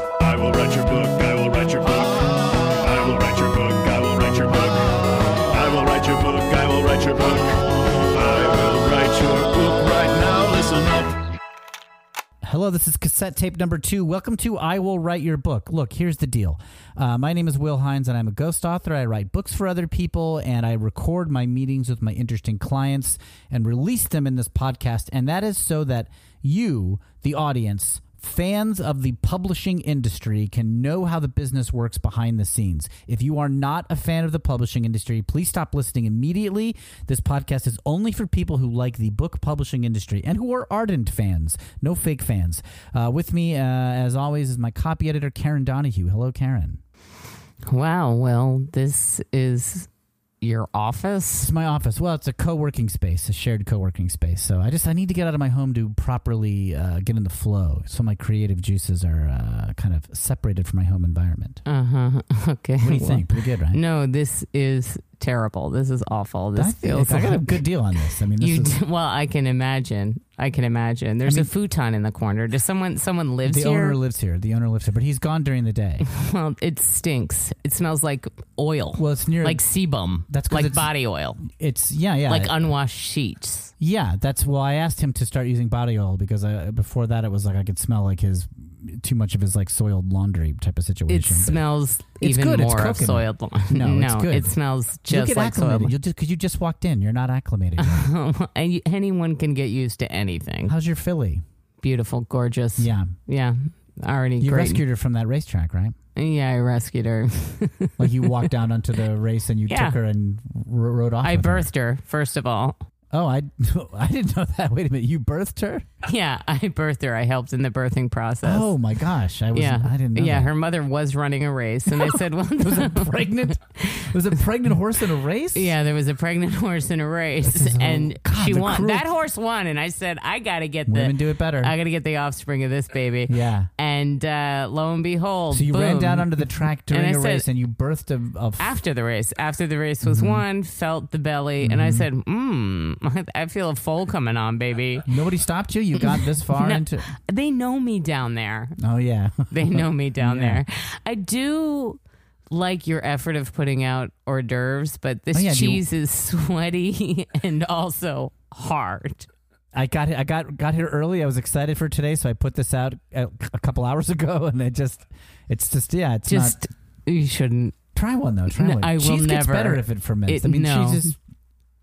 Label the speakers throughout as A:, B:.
A: write your book. I will write your book. I will write your book. I will write your book. I will write your book. I will write your book. I will write your book right now. Listen up.
B: Hello, this is cassette tape number two. Welcome to I Will Write Your Book. Look, here's the deal. Uh, my name is Will Hines, and I'm a ghost author. I write books for other people, and I record my meetings with my interesting clients and release them in this podcast. And that is so that you, the audience, fans of the publishing industry can know how the business works behind the scenes. If you are not a fan of the publishing industry, please stop listening immediately. This podcast is only for people who like the book publishing industry and who are ardent fans, no fake fans. Uh, with me, uh, as always, is my copy editor, Karen Donahue. Hello, Karen.
C: Wow. Well, this is your office.
B: It's my office. Well, it's a co-working space, a shared co-working space. So I just I need to get out of my home to properly uh, get in the flow. So my creative juices are uh, kind of separated from my home environment.
C: Uh huh. Okay.
B: What do you think? Pretty good, right?
C: No, this is terrible. This is awful. This
B: I,
C: feels.
B: think I got a
C: like
B: good deal on this. I mean, this
C: You
B: is
C: d- well, I can imagine. I can imagine. There's a futon in the corner. Does someone someone lives
B: the
C: here?
B: owner lives here. The owner lives here, but he's gone during the day.
C: well, it stinks. It smells like oil,
B: Well, it's near
C: like sebum.
B: That's 'cause
C: like
B: it's-
C: body oil,
B: it's yeah yeah
C: like uh, unwashed sheets.
B: yeah. That's well, I asked him to start using body oil because I, before that it was like I could smell like his too much of his like soiled laundry type of
C: It
B: situation. but-
C: smells
B: It's
C: even
B: good. It's
C: more of
B: coconut.
C: soiled lawn.
B: No, it's good.
C: it smells
B: You'll
C: just
B: get
C: like soiled.
B: acclimated. You'll just because you just walked in, you're not acclimated. yet.
C: lawn. Um, And you- Anyone can get used to anything.
B: How's your filly?
C: Beautiful, gorgeous.
B: Yeah,
C: Yeah. Already
B: you
C: great.
B: rescued her from that racetrack, right?
C: yeah, I rescued her.
B: Like you walked down onto the race and you
C: Yeah.
B: took her and r- rode off.
C: I
B: with her.
C: birthed her, first of all.
B: Oh, I I didn't know that. Wait a minute, you birthed her?
C: Yeah, I birthed her. I helped in the birthing process.
B: Oh my gosh, I was
C: yeah.
B: I didn't know.
C: yeah,
B: that.
C: her mother was running a race. And I said, well,
B: was a pregnant. was a pregnant horse in a race.
C: yeah, there was a pregnant horse in a race.
B: is-
C: And
B: God,
C: she
B: the
C: won.
B: cruel-
C: That horse won. And I said, I got to get
B: women
C: the.
B: do it better.
C: I got to get the offspring of this baby.
B: yeah.
C: And uh, lo and behold,
B: So you ran
C: boom.
B: down onto the track during
C: I
B: a
C: said-
B: race and you birthed a. a f-
C: after the race. After the race
B: Mm-hmm.
C: was won, felt the belly, and I said, "Mmm, I feel a foal coming on, baby."
B: Nobody stopped you. You got this far
C: No.
B: into.
C: They know me down there.
B: Oh yeah.
C: They know me down there. I do like your effort of putting out hors d'oeuvres, but this
B: Oh, yeah, do you-
C: cheese is sweaty and also hard.
B: I got I got got here early. I was excited for today, so I put this out a, a couple hours ago, and it just it's just yeah, it's not.
C: Just you shouldn't.
B: Try one though. Try
C: No,
B: one.
C: I will
B: cheese gets
C: never.
B: better if it ferments.
C: It-
B: I mean,
C: no.
B: cheese is.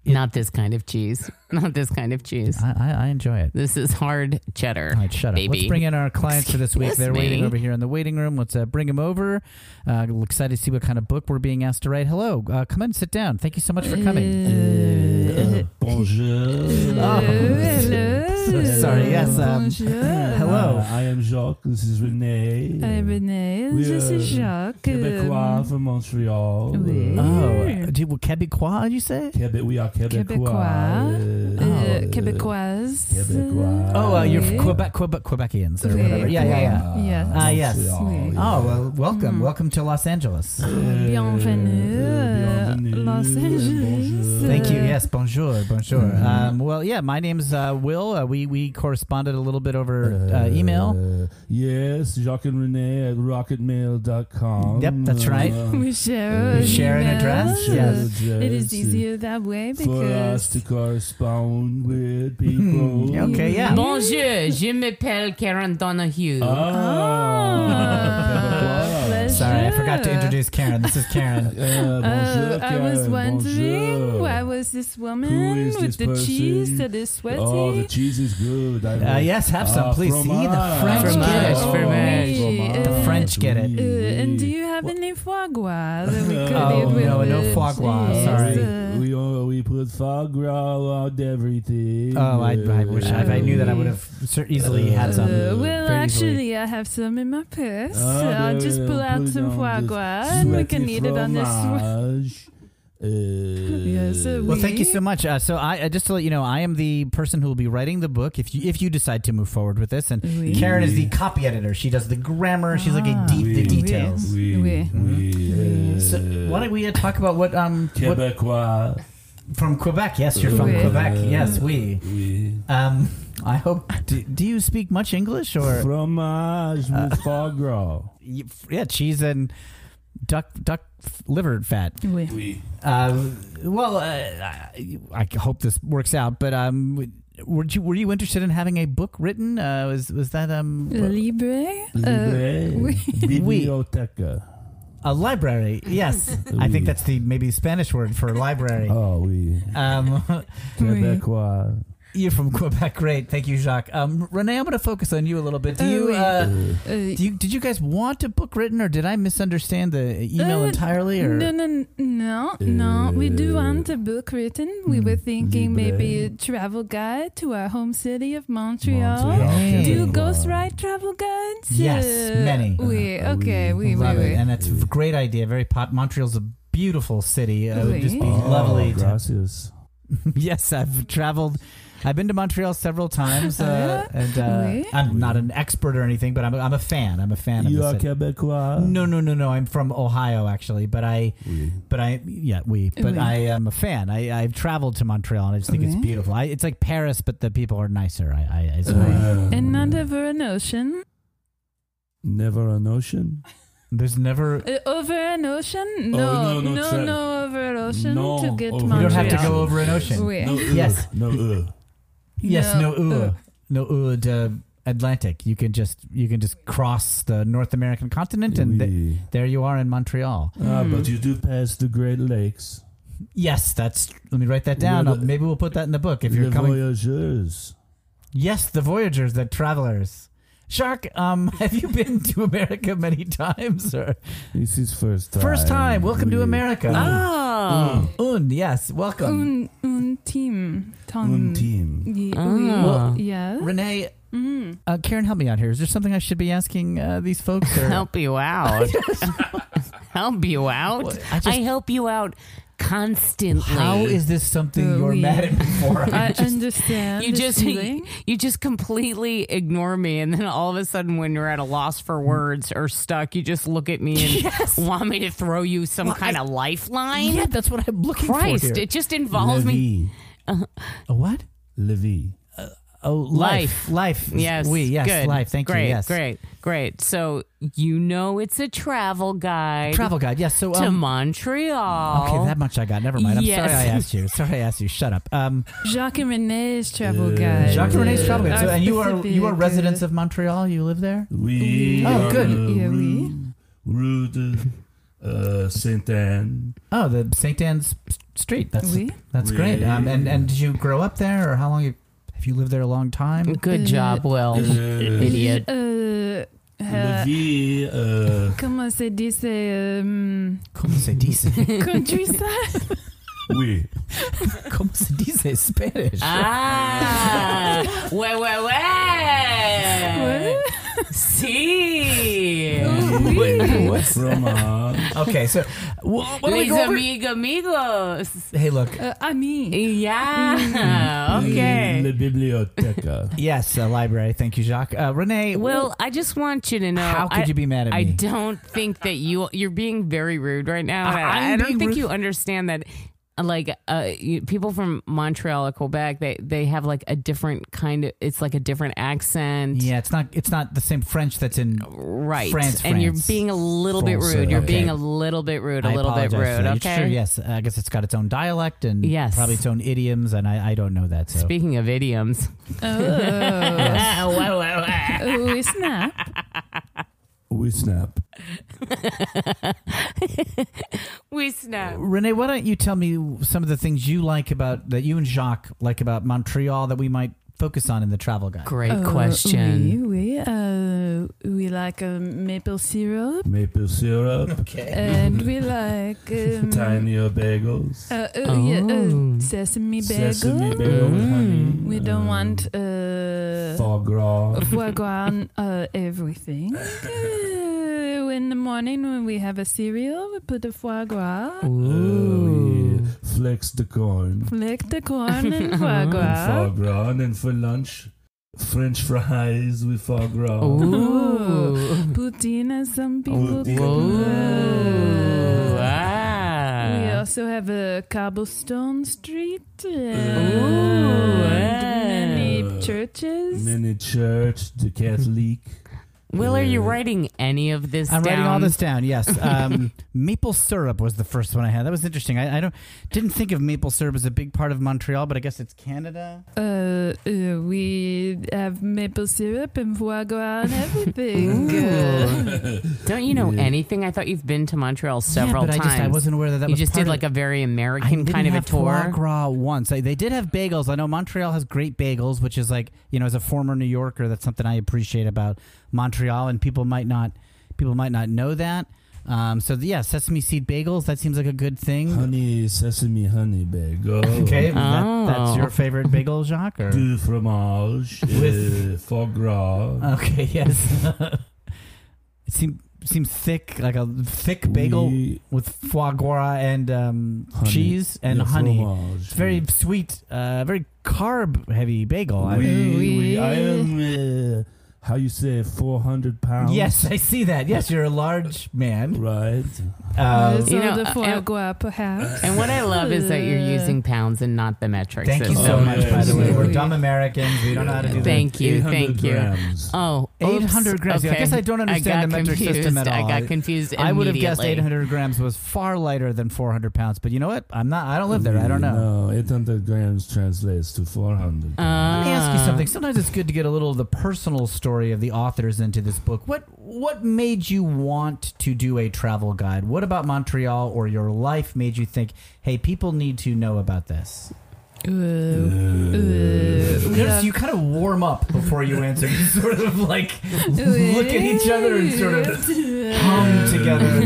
B: It-
C: not this kind of cheese. Not this kind of cheese.
B: I, I, I enjoy it.
C: This is hard cheddar.
B: All right, shut up. Let's
C: baby.
B: bring in our clients for this week.
C: Excuse
B: They're waiting
C: me.
B: over here in the waiting room. Let's uh, bring them over. Uh, excited to see what kind of book we're being asked to write. Hello, uh, come in, sit down. Thank you so much for coming.
D: Bonjour.
B: Oh. So- Sorry, yes. Um, hello.
D: Uh, I am Jacques. This is Renee.
E: Hi Renee,
D: We
E: je
D: are
E: suis Jacques.
D: Québécois from Montreal.
E: Oui.
D: Uh,
B: Oh, do you, well, Quebecois, you say?
D: Quebec, we are Quebecois.
E: Québécois.
D: Uh,
E: Euh,
D: uh,
E: Québécoise.
D: Québécois.
B: Ah, Oh, uh, you're
E: Oui.
B: Quebec, Quebec, Quebecians or
E: Oui.
B: whatever. Yeah, yeah, yeah.
E: Yeah.
B: Ah, yes.
D: Montreal,
E: Oui.
B: Oh, well, welcome.
E: Mhm.
B: Welcome to Los Angeles.
D: Uh,
E: Bienvenue,
D: uh, bienvenue,
E: Los Angeles.
D: bonjour.
B: Thank you.
E: Uh,
B: Yes, bonjour, bonjour.
D: Mhm.
B: Um, well, yeah, my name's uh, Will. Uh, we we corresponded a little bit over uh, email.
D: Uh, yes, Jacques and Renee at rocketmail.com.
B: Yep, that's right.
D: Uh,
E: We share,
D: We share an
E: email.
B: address,
D: share
B: yes.
E: It is
D: address.
E: easier that way because
D: for us to correspond with people.
B: Hmm, okay, yeah.
C: Bonjour, je m'appelle Karen Donahue.
D: Oh.
E: Ah,
D: Québécois.
E: pleasure.
B: Sorry, I forgot to introduce Karen. This is Karen.
D: Uh,
E: Uh,
D: bonjour,
E: I was
D: Karen,
E: wondering
D: bonjour.
E: why was this
D: Who
E: woman
D: is
E: with
D: this
E: the cheese
D: person?
E: that is sweaty?
D: Oh, the cheese is good. I
B: Uh,
D: love-
B: yes, have some,
D: Ah,
B: please. See, the
D: fromage.
B: French
E: Fromage.
B: get it.
E: Oh,
C: Fromage.
E: oui.
B: The French get it.
E: Uh, and do you have any foie gras that we could
D: Oh,
E: eat with
D: no,
E: the
D: no
B: foie gras,
E: cheese?
B: Oh, sorry.
E: Uh,
D: We, all, we put foie gras on everything.
B: Oh, I, I wish I, if I knew that I would have cer- easily had some.
E: Uh, well,
B: Very easily.
E: actually, I have some in my purse.
D: Ah,
E: I'll
D: there
E: just
D: we
E: pull
D: are.
E: out
D: Put
E: some
D: down
E: foie
D: this
E: gras and we can eat it on this one.
D: this. Uh,
E: Yes, uh,
B: Well,
E: we-
B: thank you so much. Uh, so, I uh, just to let you know, I am the person who will be writing the book if you if you decide to move forward with this. And
E: Oui.
B: Karen is the copy editor. She does the grammar. She's like a
E: Ah.
B: deep the
D: Oui.
B: details.
D: we,
E: Oui.
D: we, uh,
B: Euh, So, why don't we uh, talk about what um what-
D: Québécois.
B: from Quebec? Yes, you're from
E: Oui.
B: Quebec. Yes, we.
D: We.
B: Um, I hope. Do, do you speak much English or
D: Fromage
B: Ah.
D: with foie gras.
B: y- yeah, cheese and duck duck f- liver fat?
E: Oui.
B: Uh, well, uh, I I hope this works out. But um, were you were you interested in having a book written? Uh, was was that um
E: Euh, Libre? Uh,
B: Euh,
D: Libre.
E: oui.
D: Biblioteca.
B: a library? Yes, I think that's the maybe Spanish word for library.
D: Oh, oui.
B: Um,
E: oui.
D: Quebecois.
B: you're from Quebec, great. Thank you, Jacques. Um, Renee, I'm going to focus on you a little bit. Do
E: Uh,
B: you?
E: oui.
B: Uh,
D: Euh,
E: Uh,
B: Do you, did you guys want a book written, or did I misunderstand the email
E: Uh,
B: entirely? Or
E: No, no, no, no. We do want a book written. We were thinking
D: Euh, hmm, Libre.
E: maybe a travel guide to our home city of Montreal.
D: Montreal,
B: Hey.
E: Do you
D: Quebecois.
E: ghost ride travel guides?
B: Yes,
E: Uh,
B: many.
E: Oui,
D: Uh,
E: okay,
D: oui.
E: oui, oui,
B: love it,
E: oui.
B: and that's a great idea. Very pop. Montreal's a beautiful city. Uh, It would just be
E: Oui.
D: Oh,
B: lovely. To,
D: Gracias.
B: yes, I've traveled. I've been to Montreal several times, uh,
E: Uh,
B: and uh,
E: oui.
B: I'm not an expert or anything, but I'm, I'm a fan. I'm a fan
D: You
B: of
D: are
B: the city.
D: Quebecois.
B: No, no, no, no. I'm from Ohio, actually, but I,
D: Oui.
B: but I, yeah, we, but
E: Oui.
B: I am a fan. I, I've traveled to Montreal, and I just think it's
E: Oui.
B: beautiful. I, it's like Paris, but the people are nicer. I, I, I suppose.
D: Uh,
E: And not over an ocean.
D: Never an ocean.
B: There's never
E: Uh, over an ocean? No,
D: Oh, no, no,
E: no,
D: tra-
E: no, over an ocean
D: No,
E: to get
D: over-
E: Montreal.
B: You don't have to go over an ocean.
E: Oui.
D: No, uh,
B: Yes.
D: No, uh.
B: Yes, no
E: uh,
B: uh, no uh, the Atlantic. You can just you can just cross the North American continent, and th-
D: Oui.
B: there you are in Montreal.
D: Ah,
E: Hmm.
D: but you do pass the Great Lakes.
B: Yes, that's. Let me write that down.
D: Le-
B: I'll- maybe we'll put that in the book if
D: the
B: you're coming.
D: voyageurs.
B: yes, the voyagers, the travelers. Shark, um, have you been to America many times? Or
D: This is first time.
B: first time? Welcome to
D: Oui.
B: America. Ah,
C: Oh.
B: Un, yes, welcome.
E: Un, un team. Tongue.
D: Um,
B: Hmm.
D: Un team.
E: Ye-
C: Ah.
E: oui.
C: Well-
E: yeah.
B: Renee,
E: Mm.
C: Mm-hmm.
B: uh, Karen, help me out here. Is there something I should be asking uh, these folks? Or,
C: Help you out. help you out.
B: What?
C: I,
B: I just-
C: help you out constantly.
B: How is this something
E: Uh,
B: you're
E: we-
B: mad at me for?
E: I
B: I just-
E: understand.
C: you
E: this
C: just
E: feeling.
C: you just completely ignore me and then all of a sudden when you're at a loss for words or stuck you just look at me and
B: Mm. Yes.
C: want me to throw you some
B: Well,
C: kind
B: I-
C: of lifeline
B: yeah, that's what I'm looking for.
C: christ
B: here.
C: it just involves me
D: Levi.
B: A what?
D: Levi.
B: Oh, life. Life.
C: Yes.
B: We, yes,
C: good.
B: life. Thank
C: great,
B: you. Yes.
C: Great. Great. So you know it's a travel guide
B: Travel guide. Yes. So,
C: to
B: um,
C: Montreal.
B: okay, that much I got. Never mind. I'm
C: Yes.
B: sorry I asked you. Sorry I asked you. Shut up. Um,
E: Jacques and Renee's travel
D: Uh,
E: guide.
B: Jacques
D: Uh,
B: Renee's travel guide. So,
E: Our
B: and you are you are
E: specific,
B: residents
E: uh,
B: of Montreal. You live there.
D: We
E: Oui.
B: Oh,
D: are
B: good.
D: the
E: Yeah, oui.
D: Rue, rue de uh, Saint Anne.
B: Oh, the Saint Anne's Street. That's
E: Oui.
B: that's
D: We-
B: great. Um, and and did you grow up there, or how long you, have you lived there? A long time.
C: Good
E: Uh,
C: job, Will.
D: Uh,
C: Idiot.
E: Uh, uh,
D: Levi. Uh,
E: comment se dit c'est um,
B: Como se dice?
E: countryside?
D: oui.
B: Como se dice Spanish?
C: Ah, way, way, way.
E: What?
C: See.
D: Fromage.
B: Okay, so wh- what do we
C: Mis
B: go over?
C: amig- amigos.
B: Hey, look.
E: Uh, ami.
C: Yeah.
B: Mm.
D: La
C: Okay.
D: biblioteca.
B: Yes, a library. Thank you, Jacques. Uh, Renee,
C: Well, I just want you to know.
B: how could
C: I-
B: you be mad at
C: I
B: me?
C: don't think that you you're being very rude right now.
B: I-
C: I, I
B: I'm being
C: don't think
B: rude.
C: you understand that. uh, Like uh, you, people from Montreal or Quebec, they they have like a different kind of. It's like a different accent.
B: yeah, it's not. It's not the same French that's in.
C: Right.
B: France,
C: and you're
B: France.
C: being a little
D: France,
C: bit rude. You're
B: okay.
C: being a little bit rude. A
B: I
C: little bit
B: apologize for
C: rude.
B: that. It's
C: Okay.
B: Sure. Yes. I guess it's got its own dialect and
C: Yes.
B: probably its own idioms, and I, I don't know that. So.
C: Speaking of idioms,
E: Oh,
C: Wah, wah, wah.
E: oui, snap.
D: We snap.
C: we snap.
B: Uh, Renee, why don't you tell me some of the things you like about that you and Jacques like about Montreal that we might focus on in the travel guide?
C: Great
E: Uh,
C: question.
E: Oui, oui. Uh, we like uh, maple syrup.
D: Maple syrup.
C: Uh,
B: Okay.
E: And we like
B: Hmm.
E: um,
D: Tinier bagels.
E: Uh, uh, yeah,
C: Oh.
E: uh, sesame bagel.
D: Sesame bagel
B: Hmm.
D: with honey.
E: We don't want uh,
D: Foie gras.
E: foie gras on uh, everything. Uh, in the morning, when we have a cereal, we put the foie
B: Oh,
E: gras,
D: Uh, we flex the corn.
E: flick the corn, and foie
D: And foie
E: gras.
D: gras. And then for lunch, French fries with foie gras.
B: Oh,
C: Ooh.
E: Ooh. Poutine, as some people
D: Poutine.
E: call it.
C: Oh, Whoa.
E: We
C: Ah.
E: also also have a cobblestone street
C: Ooh,
E: and many
D: yeah.
E: churches.
D: Many church, the Catholic.
C: Will, are you writing any of this
B: I'm
C: down?
B: writing all this down. Yes, um, maple syrup was the first one I had. That was interesting. I, I don't didn't think of maple syrup as a big part of Montreal, but I guess it's Canada.
E: Uh, uh, we have maple syrup and foie gras and everything. Uh,
C: Don't you know
D: Yeah.
C: anything? I thought you've been to Montreal several
B: yeah, but
C: times.
B: I just I wasn't aware that that
C: you
B: was
C: just
B: part of-
C: did like a very
B: I
C: American
B: didn't
C: kind of a
B: have foie
C: tour.
B: gras once. I, they did have bagels. I know Montreal has great bagels, which is like you know, as a former New Yorker, that's something I appreciate about Montreal, and people might not people might not know that. Um, so yeah, sesame seed bagels. That seems like a good thing.
D: Honey, sesame, honey bagel.
B: Mm-hmm. Okay,
C: Oh.
B: that, that's your favorite bagel, Jacques? Or?
D: Du fromage,
B: With-
D: uh, foie gras.
B: Okay, yes. it seemed seemed thick, like a thick bagel
D: We-
B: with foie gras and um,
D: Honey.
B: cheese and
D: yeah,
B: honey.
D: fromage.
B: It's very sweet, uh, very carb heavy bagel. I-
D: We, we,
E: We-
D: I am, uh, how you say, 400 pounds?
B: yes, I see that. Yes, you're a large man.
D: Right?
B: Uh,
E: so
C: You know,
E: the
C: uh,
E: foie
C: and-
E: gras, perhaps.
C: And what I love is that you're using pounds and not the metric
B: thank you
C: system.
B: so
D: Oh,
B: much, by
D: yes.
B: the way. We're
E: Absolutely.
B: dumb Americans. We don't know how to do that.
C: Thank you,
D: 800
C: thank you.
D: grams.
C: Oh, oops.
B: 800 grams. Yeah, I
C: Okay.
B: guess I don't understand
C: got
B: the metric
C: confused.
B: system at all.
C: I got confused.
B: I would have guessed
C: immediately.
B: 800 grams was far lighter than 400 pounds, but you know what? I'm not. I don't live there. I don't know.
D: No, 800 grams translates to
B: Let
D: 400.
B: me ask you
C: Ah.
B: something. Sometimes it's good to get a little of the personal story of the authors into this book. What what made you want to do a travel guide? What about Montreal or your life made you think, "Hey, people need to know about this"?
E: Uh, uh, we
B: Notice
E: have-
B: you kind of warm up before you answer. You sort of like look at each other and sort of hum together.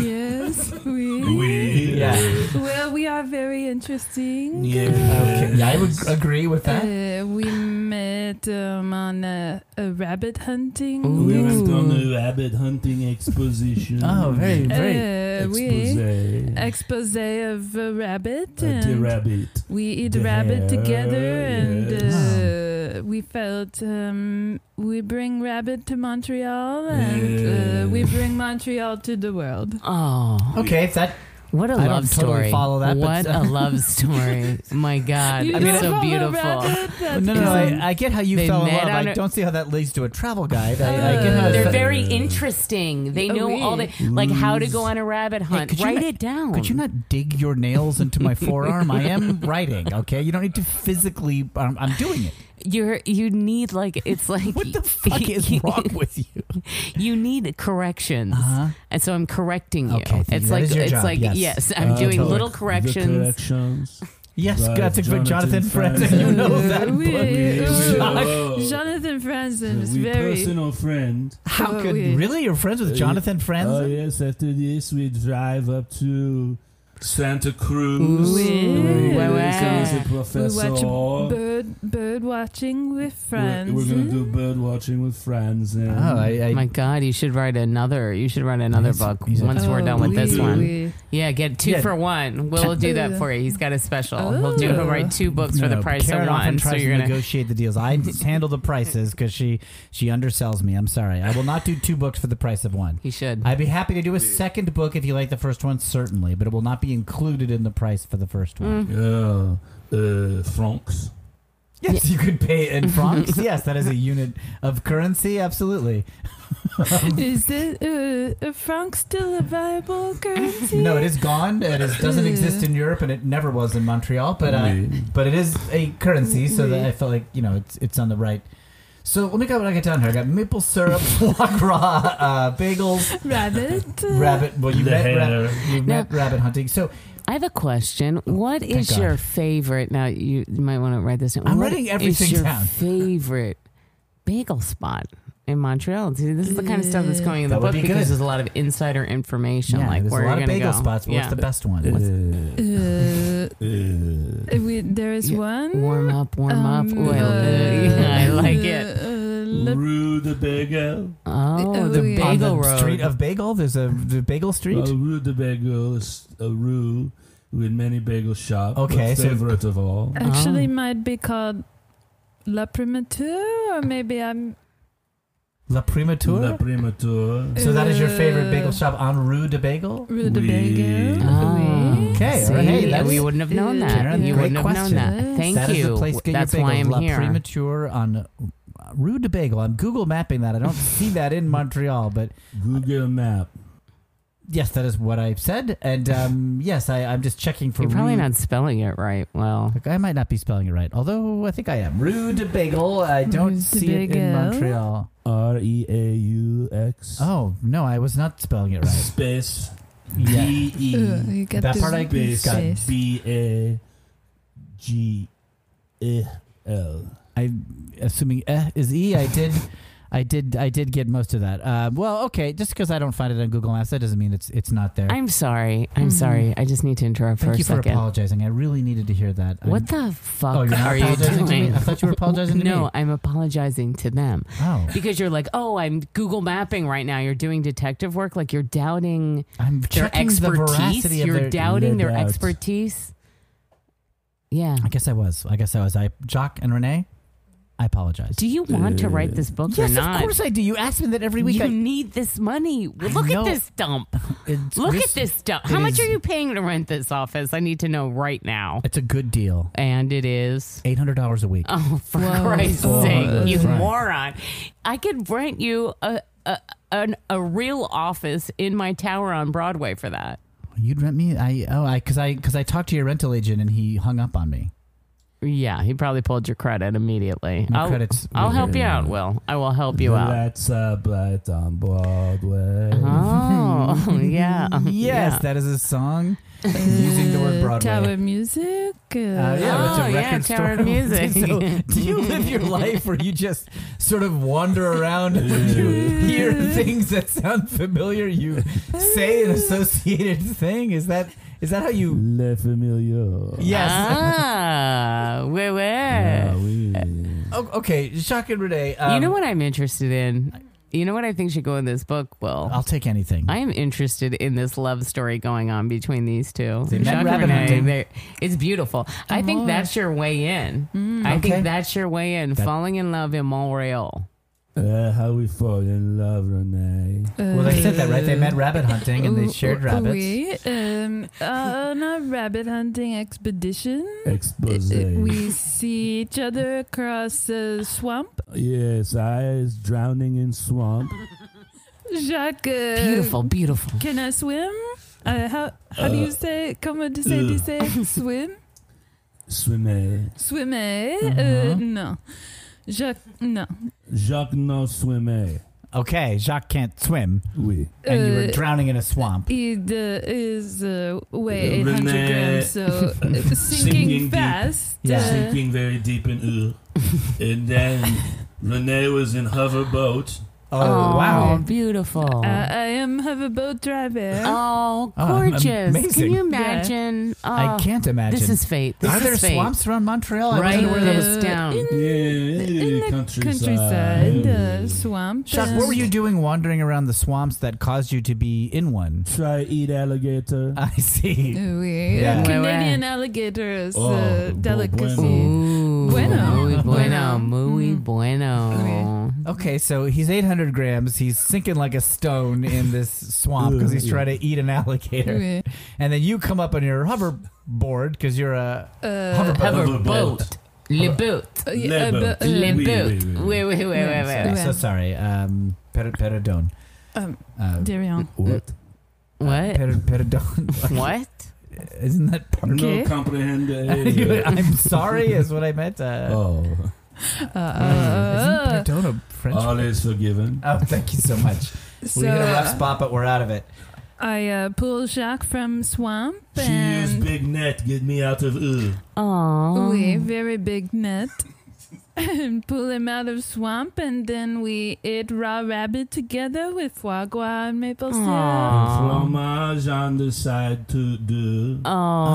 E: yes, we.
B: Yeah.
E: Well, we are very interesting.
B: Okay. Yeah, I would agree with that.
E: Uh, we met um, on a, a rabbit hunting.
D: We
C: Ooh.
D: went on a rabbit hunting exposition.
B: Oh, very, very.
E: Uh, we
D: Expose.
E: expose of a rabbit.
D: Uh, the
E: and
D: rabbit.
E: we eat
D: There,
E: rabbit together, and
D: yes.
E: uh, we felt um, we bring rabbit to Montreal, and
D: Yeah.
E: uh, we bring Montreal to the world.
C: Oh,
B: Okay, if that
C: what a
B: I don't
C: love
B: totally
C: story!
B: follow that, but-
C: what a love story! My God,
E: You
C: it's
E: don't
C: so
E: love a
C: beautiful.
E: rabbit? That's
B: no, no, no
E: good.
B: I, I get how you
C: They
B: fell in
C: met
B: love.
C: on
B: I
C: a-
B: don't see how that leads to a travel guide. I, I get how
E: Uh,
C: They're
B: that-
C: very interesting. They
E: Oh,
C: know all the
E: really?
C: like how to go on a rabbit hunt.
B: Mm. could you
C: Write
B: not-
C: it down.
B: Could you not dig your nails into my forearm? I am writing, okay? You don't need to physically. Um, I'm doing it.
C: You're you need like it's like
B: What the fuck is wrong with you?
C: You need corrections,
B: Uh-huh.
C: and so I'm correcting you.
B: Okay, thank you.
C: it's
B: That
C: like
B: is your
C: it's
B: job,
C: like
B: yes.
C: yes, I'm
D: Uh,
C: doing
D: the-
C: little
D: the
C: corrections.
D: corrections.
B: Yes,
D: Right,
B: that's a good Jonathan
D: Jonathan
B: Franzen.
D: Franzen.
B: You know that
E: Uh, we-
B: book.
E: uh,
D: Jacques.
E: Jonathan Franzen is
D: uh, we
E: very.
D: personal friend.
B: How
E: uh,
B: could.
E: we-
B: Really? You're friends with
D: Uh,
B: Jonathan
D: Oh
B: Franzen?
D: yes, after this we drive up to Santa Cruz.
C: Ooh, ouais,
E: Oui.
C: ouais.
D: He's a
E: We watch
D: professor.
E: bird bird watching with
D: We're,
E: friends.
D: we're gonna do bird watching with friends and
B: Oh, I. I
C: My God, you should write another. You should write another
B: He's-
C: book
B: he's a-
C: once we're
E: Oh,
C: done with this
E: oui,
C: one.
E: oui.
C: Yeah, get two
B: Yeah.
C: for one. We'll do that for you. He's got a special. He'll do. He'll write two books for the
B: Oh. no,
C: price
B: Karen
C: of
B: often
C: one. So
B: tries
C: you're
B: to
C: gonna.
B: negotiate the deals. I handle the prices because she she undersells me. I'm sorry. I will not do two books for the price of one.
C: He should.
B: I'd be happy to do a second book if you like the first one, certainly, but it will not be included in the price for the first
C: Mm.
B: one.
D: uh, uh, francs.
B: Yes, you could pay in francs. yes, that is a unit of currency. Absolutely.
E: Is it uh, a franc still a viable currency?
B: No, it is gone. It is, doesn't exist in Europe, and it never was in Montreal. But uh,
D: Oui.
B: but it is a currency, so that
C: Mm-hmm.
E: Oui.
B: I felt like you know it's it's on the right. So let me go what I got down here. I got maple syrup, foie gras, uh, bagels,
E: Rabbit.
B: rabbit. Well, you
D: The
B: met,
D: hair.
B: rab- you
C: No.
B: met rabbit hunting. So
C: I have a question. What is
B: Oh, thank
C: your
B: God.
C: favorite? Now you, you might want to write this down.
B: I'm
C: What
B: writing
C: is
B: everything
C: your
B: down.
C: Favorite bagel spot in Montreal. See, this is the kind of stuff that's going in the
B: That would
C: book
B: be
C: because
B: good.
C: there's a lot of insider information,
B: yeah,
C: like
B: there's
C: where
B: a lot
C: you're
B: of
C: gonna
B: bagel
C: go.
B: spots. But
C: Yeah.
B: What's the best one?
D: Uh,
B: What's-
E: Uh,
D: uh,
E: we, there is
C: Yeah,
E: one.
C: Warm up, warm up.
E: um,
C: Ooh, I,
E: uh,
C: yeah, I like it.
E: uh, le-
D: Rue de Bagel.
C: Oh,
E: oh,
C: the
E: yeah.
B: on
C: bagel
B: the
C: road.
B: street of bagel. There's a the bagel street.
D: Uh, Rue de Bagel is a rue with many bagel shops.
B: Okay,
D: but
B: so-
D: favorite of all.
B: Um,
E: actually,
C: Oh.
E: might be called La Primitive, or maybe I'm
B: La Primature.
D: La Primature.
B: so that is your favorite
E: Uh,
B: bagel shop on Rue de Bagel?
E: Rue de
D: Oui.
E: Bagel.
C: Ah.
E: Oui.
B: Okay,
C: See,
B: all right. Hey,
C: and
B: that's-
C: we wouldn't have known that.
B: Karen,
C: you
B: great
C: wouldn't
B: question.
C: have known that. Thank
B: That
C: you.
B: is the place to get
C: That's
B: your bagels.
C: why I'm
B: La
C: here.
B: Premature on uh, Rue de Bagel. I'm Google mapping that. I don't see that in Montreal, but
D: Google Map.
B: yes, that is what I said. And um, yes, I, I'm just checking for
C: You're probably
B: Rue-
C: not spelling it right. Well,
B: Look, I might not be spelling it right, although I think I am. Rue de Bagel. I don't
E: Rue de
B: see it in
E: Bagel.
B: Montreal.
D: R E A U X.
B: Oh no, I was not spelling it right.
D: Space.
B: Yeah.
D: B
E: Uh,
D: E.
E: you got
B: That
E: to
B: part I
E: be
D: Space.
B: got.
E: safe.
D: B A G E L.
B: I assuming eh is e. I did, I did, I did get most of that. Um, well, okay, just because I don't find it on Google Maps, that doesn't mean it's it's not there.
C: I'm sorry. I'm
E: Mhm.
C: sorry. I just need to interrupt
B: Mm-hmm. Thank
C: for
B: you
C: a
B: for
C: second.
B: apologizing. I really needed to hear that. I'm-
C: what the fuck
B: Oh, you're not
C: are you
B: apologizing to me?
C: doing?
B: I thought you were apologizing to
C: no,
B: me.
C: I'm apologizing to them
B: Oh,
C: because you're like, oh, I'm Google mapping right now. You're doing detective work. Like you're doubting
B: I'm
C: their
B: checking the
C: expertise.
B: veracity of
C: you're
B: their.
C: doubting
D: their
C: their
D: doubts.
C: expertise. Yeah.
B: I guess I was. I guess I was. I Jock and Renee. I apologize.
C: Do you want to
D: Uh,
C: write this book
B: yes,
C: or not?
B: of course I do. You asked me that every week.
C: You
B: I,
C: need this money.
B: I
C: Look
B: know.
C: at this dump.
B: it's
C: Look
B: Chris-
C: at this stuff.
B: it
C: How much
B: is-
C: are you paying to rent this office? I need to know right now.
B: It's a good deal.
C: And it is.
B: Eight hundred dollars a week.
C: Oh, for
E: Whoa.
C: Christ's
E: Oh,
C: sake,
E: that's
C: you
B: right.
C: moron! I could rent you a a, an, a real office in my tower on Broadway for that.
B: You'd rent me? I oh I because I because I talked to your rental agent and he hung up on me.
C: Yeah, he probably pulled your credit immediately.
B: My
C: I'll,
B: credits.
C: I'll
B: were-
C: help you out, Will. I will help you out.
D: That's a blight on Broadway.
B: Uh-huh.
C: Oh, yeah.
B: Yes,
C: Yeah.
B: that is a song. Using the word Broadway.
E: Uh, Tower music.
B: Uh,
E: Uh,
B: yeah, that's a
C: Oh,
B: record
C: yeah, Tower
B: store.
C: of Music.
B: so, do you live your life where you just sort of wander around and when you hear things that sound familiar, you say an associated thing? Is that is that how you?
D: Le Familiar.
B: Yes.
C: Ah, wait,
D: Ah,
C: wait.
D: oui.
B: Oh, okay, Jacques and Renee. Um,
C: you know what I'm interested in? You know what I think should go in this book, Will?
B: I'll take anything.
C: I am interested in this love story going on between these two.
B: They met
C: Jacques
B: rabbit
C: Renee,
B: hunting.
C: they- it's beautiful. I think
E: Amor.
C: that's your way in.
E: Mm.
C: I
B: Okay.
C: think that's your way in.
B: That-
C: Falling in love in Montreal.
D: Uh, how we fall in love, Renee.
E: uh,
B: well, they said that right. They met rabbit hunting and they shared rabbits.
E: We, um, on a rabbit hunting expedition,
D: Expose.
E: uh, we see each other across a swamp.
D: Yes, I is drowning in swamp.
E: Jacques, uh,
C: Beautiful, beautiful.
E: Can I swim? Uh, how how do you
D: Uh,
E: say? Comment tu say? Tu
D: ugh.
E: say swim?
D: Swimmer.
E: Swimmer?
B: Uh-huh.
E: Uh, no. Jacques, no.
D: Jacques no swimmer.
B: Okay, Jacques can't swim,
D: Oui.
B: and you were
E: Uh,
B: drowning in a swamp.
E: It uh, is uh, weigh
D: Renee.
E: 800 grams, so it's
D: Sinking
E: sinking
D: deep.
E: fast.
B: Yeah.
E: uh,
D: Sinking very deep in ooh. and then Renee was in hover boat.
B: Oh,
C: Oh, beautiful.
E: I, I am have a boat driver.
C: oh,
B: Oh,
C: gorgeous.
B: amazing.
C: Can you imagine?
B: I
C: Oh,
B: can't imagine.
C: This is fate. This
B: Are
C: is
B: there
C: fate.
B: swamps around Montreal? I
C: Right
B: wasn't aware there
C: there.
B: was.
C: was down.
E: Uh, In,
D: Yeah,
E: in the countryside, uh, swamp.
B: Chuck, what were you doing wandering around the swamps that caused you to be in one?
D: Try eat alligator.
B: I see.
E: We
B: Yeah. Ouais,
E: uh, Canadian alligators
D: Oh,
E: uh,
D: bon-
E: delicacy.
D: bueno.
C: Ooh,
E: Bueno.
C: Muy bueno.
E: Bueno.
C: Muy
E: Mm.
C: bueno.
B: Okay, so he's 800 grams. He's sinking like a stone in this swamp because he's trying to eat an alligator.
E: Oui.
B: And then you come up on your hoverboard because you're a.
E: Uh,
B: Hoverboard.
C: Have a
D: Hoverboat.
C: boat. Le boat.
E: uh, yeah, uh,
D: Lebo.
E: but, uh,
C: Le
D: Oui, oui,
C: boat.
D: oui, oui.
C: Wait, wait, wait, wait,
B: I'm
C: wait.
E: Yeah.
B: so sorry. Um, per- perdon.
E: Um,
B: Uh,
E: Darian.
D: What?
C: What?
B: per- perdon.
C: What?
B: Isn't that part
E: Okay.
D: No comprehend.
B: I'm sorry, is what I meant. Uh,
D: oh,
E: Uh,
B: Mm. Isn't perdon a French
D: all is forgiven.
B: Oh, thank you so much.
E: so
B: we hit a rough
E: uh,
B: spot, but we're out of it.
E: I uh, pull Jacques from swamp
D: She used
E: and
D: big net. Get me out of ooh.
C: Aww.
E: we very big net and pull him out of swamp and then we eat raw rabbit together with foie gras and
F: Um,
E: maple syrup.
C: Aw.
D: Fromage on the side to do.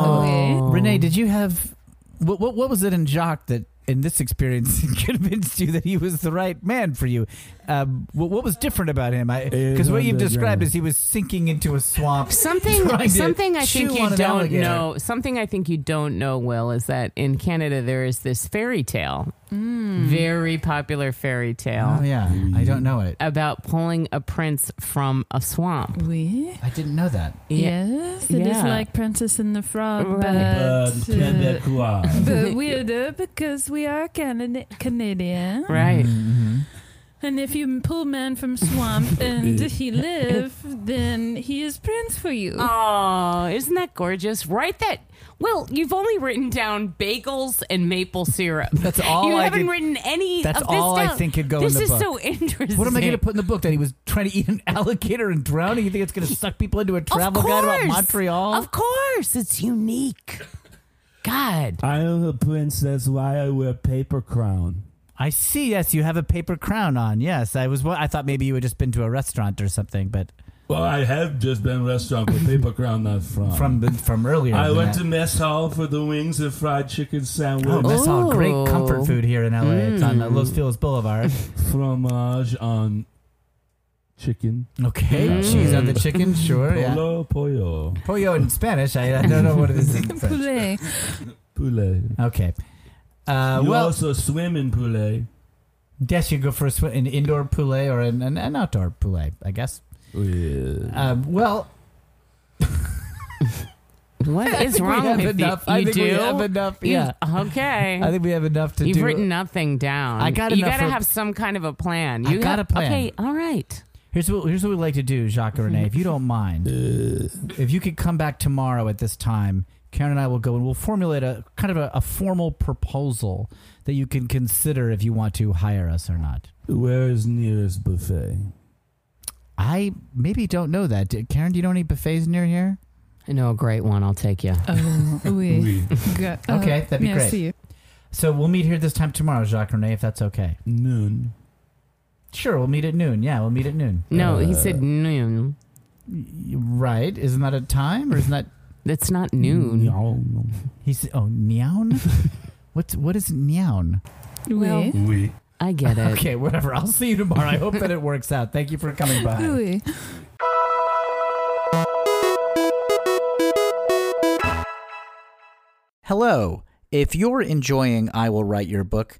C: Oh.
B: Renee, did you have what, what? What was it in Jacques that in this experience convinced you that he was the right man for you? um, what, what was different about him? Because what you've described
F: underground.
B: is he was sinking into a swamp. Trying
C: Something,
B: to
C: something I
B: chew
C: think
B: on
C: you
B: an
C: don't
B: alligator.
C: know. Something I think you don't know, Will, is that in Canada there is this fairy tale, very popular fairy tale
B: Oh yeah, I don't know it.
C: about pulling a prince from a swamp.
E: We?
B: I didn't know that.
E: Yes, it is
C: Yeah.
E: like Princess and the Frog,
C: Right.
D: Uh,
E: but, uh,
D: Quebecois.
E: but weirder because we are Canada- Canadian.
C: Right.
B: Mm. Mm-hmm.
E: And if you pull man from swamp and he live, then he is prince for you.
C: Oh, isn't that gorgeous? Write that. Well, you've only written down bagels and maple syrup.
B: That's all
C: You
B: I
C: haven't
B: could-
C: written any.
B: That's
C: of this
B: all I
C: down.
B: think could go in
C: This
B: the
C: is
B: book.
C: so interesting.
B: What am I going to put in the book that he was trying to eat an alligator and drowning? You think it's going to suck people into a travel
C: of
B: guide
C: course,
B: about Montreal?
C: Of course, it's unique. God.
F: I am a prince. That's why I wear paper crown.
B: I see. Yes, you have a paper crown on. Yes, I was. wa- I thought maybe you had just been to a restaurant or something, but
D: Well, I have just been restaurant with paper crown not from.
B: from from earlier.
D: Um, I
B: than
D: went
B: that.
D: to mess hall for the wings and fried chicken sandwich
B: Oh, that's all great comfort
C: Ooh.
B: food here in LA. It's on uh,
C: Mm.
B: Los Feliz Boulevard.
D: fromage on chicken.
B: Okay,
C: Mm.
B: cheese on the chicken, sure. Oh, Yeah.
D: Polo pollo
B: Pollo in Spanish. I, I don't know what it is in French.
E: Poulet.
D: poulet.
B: Okay. Uh,
D: you
B: well,
D: also swim in poulet.
B: yes, you go for a sw- an indoor poulet or an, an, an outdoor poulet, I guess. Um, well,
C: What
B: I
C: is
B: think we
C: wrong
B: have
C: with you?
B: enough.
C: You
B: I think
C: do?
B: we have enough.
C: You-
B: Yeah,
C: okay.
B: I think we have enough to
C: You've
B: do.
C: written nothing down.
B: I got
C: You
B: enough
C: gotta
B: for-
C: have some kind of a plan.
B: I
C: You
B: got
C: have-
B: a plan.
C: Okay. All right.
B: Here's what here's what we like to do, Jacques and Renee, if you don't mind. if you could come back tomorrow at this time, Karen and I will go and we'll formulate a kind of a, a formal proposal that you can consider if you want to hire us or not.
D: Where is nearest buffet?
B: I maybe don't know that. Did- Karen, do you know any buffets near here?
C: I know a great one. I'll take you.
E: Oh, oui.
D: Oui.
E: Go-
B: Okay,
E: oh,
B: that'd be
E: merci.
B: So we'll meet here this time tomorrow, Jacques and Renee, if that's okay.
D: Noon.
B: Sure, we'll meet at noon. Yeah, we'll meet at noon.
C: No, he
D: Uh,
C: said noon.
B: Y- Right? Isn't that a time or isn't that
C: That's not noon.
D: Nyong.
B: he's oh nyown? What's what is nyown?
C: Well,
E: Oui.
D: Oui.
C: I get it.
B: Okay, whatever. I'll see you tomorrow. I hope that it works out. Thank you for coming by.
E: Oui.
B: Hello. If you're enjoying I Will Write Your Book,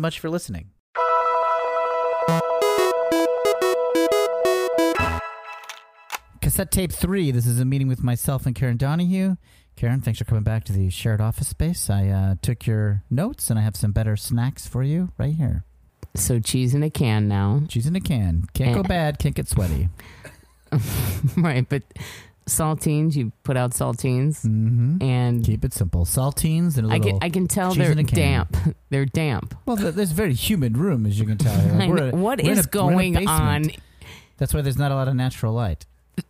B: much for listening. Cassette tape three. This is a meeting with myself and Karen Donahue. Karen, thanks for coming back to the shared office space. I uh, took your notes, and I have some better snacks for you right here.
C: So cheese in a can now.
B: Cheese in a can. Can't
C: Eh.
B: go bad. Can't get sweaty.
C: right, but saltines, you put out saltines
B: Mm-hmm.
C: and
B: Keep it simple. Saltines and a
C: Eh. I
B: little.
C: can I can tell
B: cheese
C: they're
B: in a can.
C: damp. They're damp.
B: Well, th- there's a very humid room, as you can tell. Like,
C: I
B: we're
C: know-
B: in a-
C: what
B: we're in
C: is
B: a- we're in a
C: going
B: basement.
C: on?
B: That's why there's not a lot of natural light.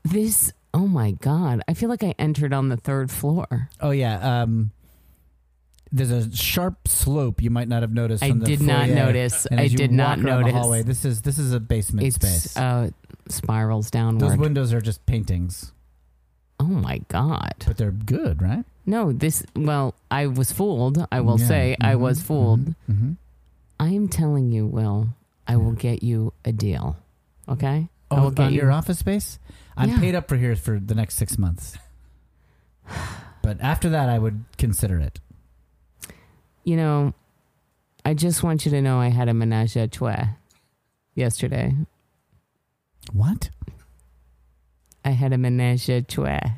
C: This oh my god. I feel like I entered on the third floor.
B: Oh yeah, um, there's a sharp slope you might not have noticed.
C: I
B: from the
C: did not
B: foyer.
C: notice.
B: And
C: I
B: as you
C: did not
B: walk around
C: notice.
B: The hallway. This is this is a basement
C: it's
B: space.
C: uh spirals
B: Those
C: downward.
B: windows are just paintings,
C: oh my god.
B: but they're good, right?
C: No, this well, I was fooled, I will
B: Yeah.
C: say. I
B: Mhm,
C: was fooled.
B: mhm, mhm.
C: I am telling you, Will, I will get you a deal. Okay? I
B: Oh,
C: will get
B: on
C: you-
B: your office space. I'm
C: Yeah.
B: paid up for here for the next six months. But after that, I would consider it.
C: You know, I just want you to know I had a menage a trois yesterday.
B: What?
C: I had a menage a trois.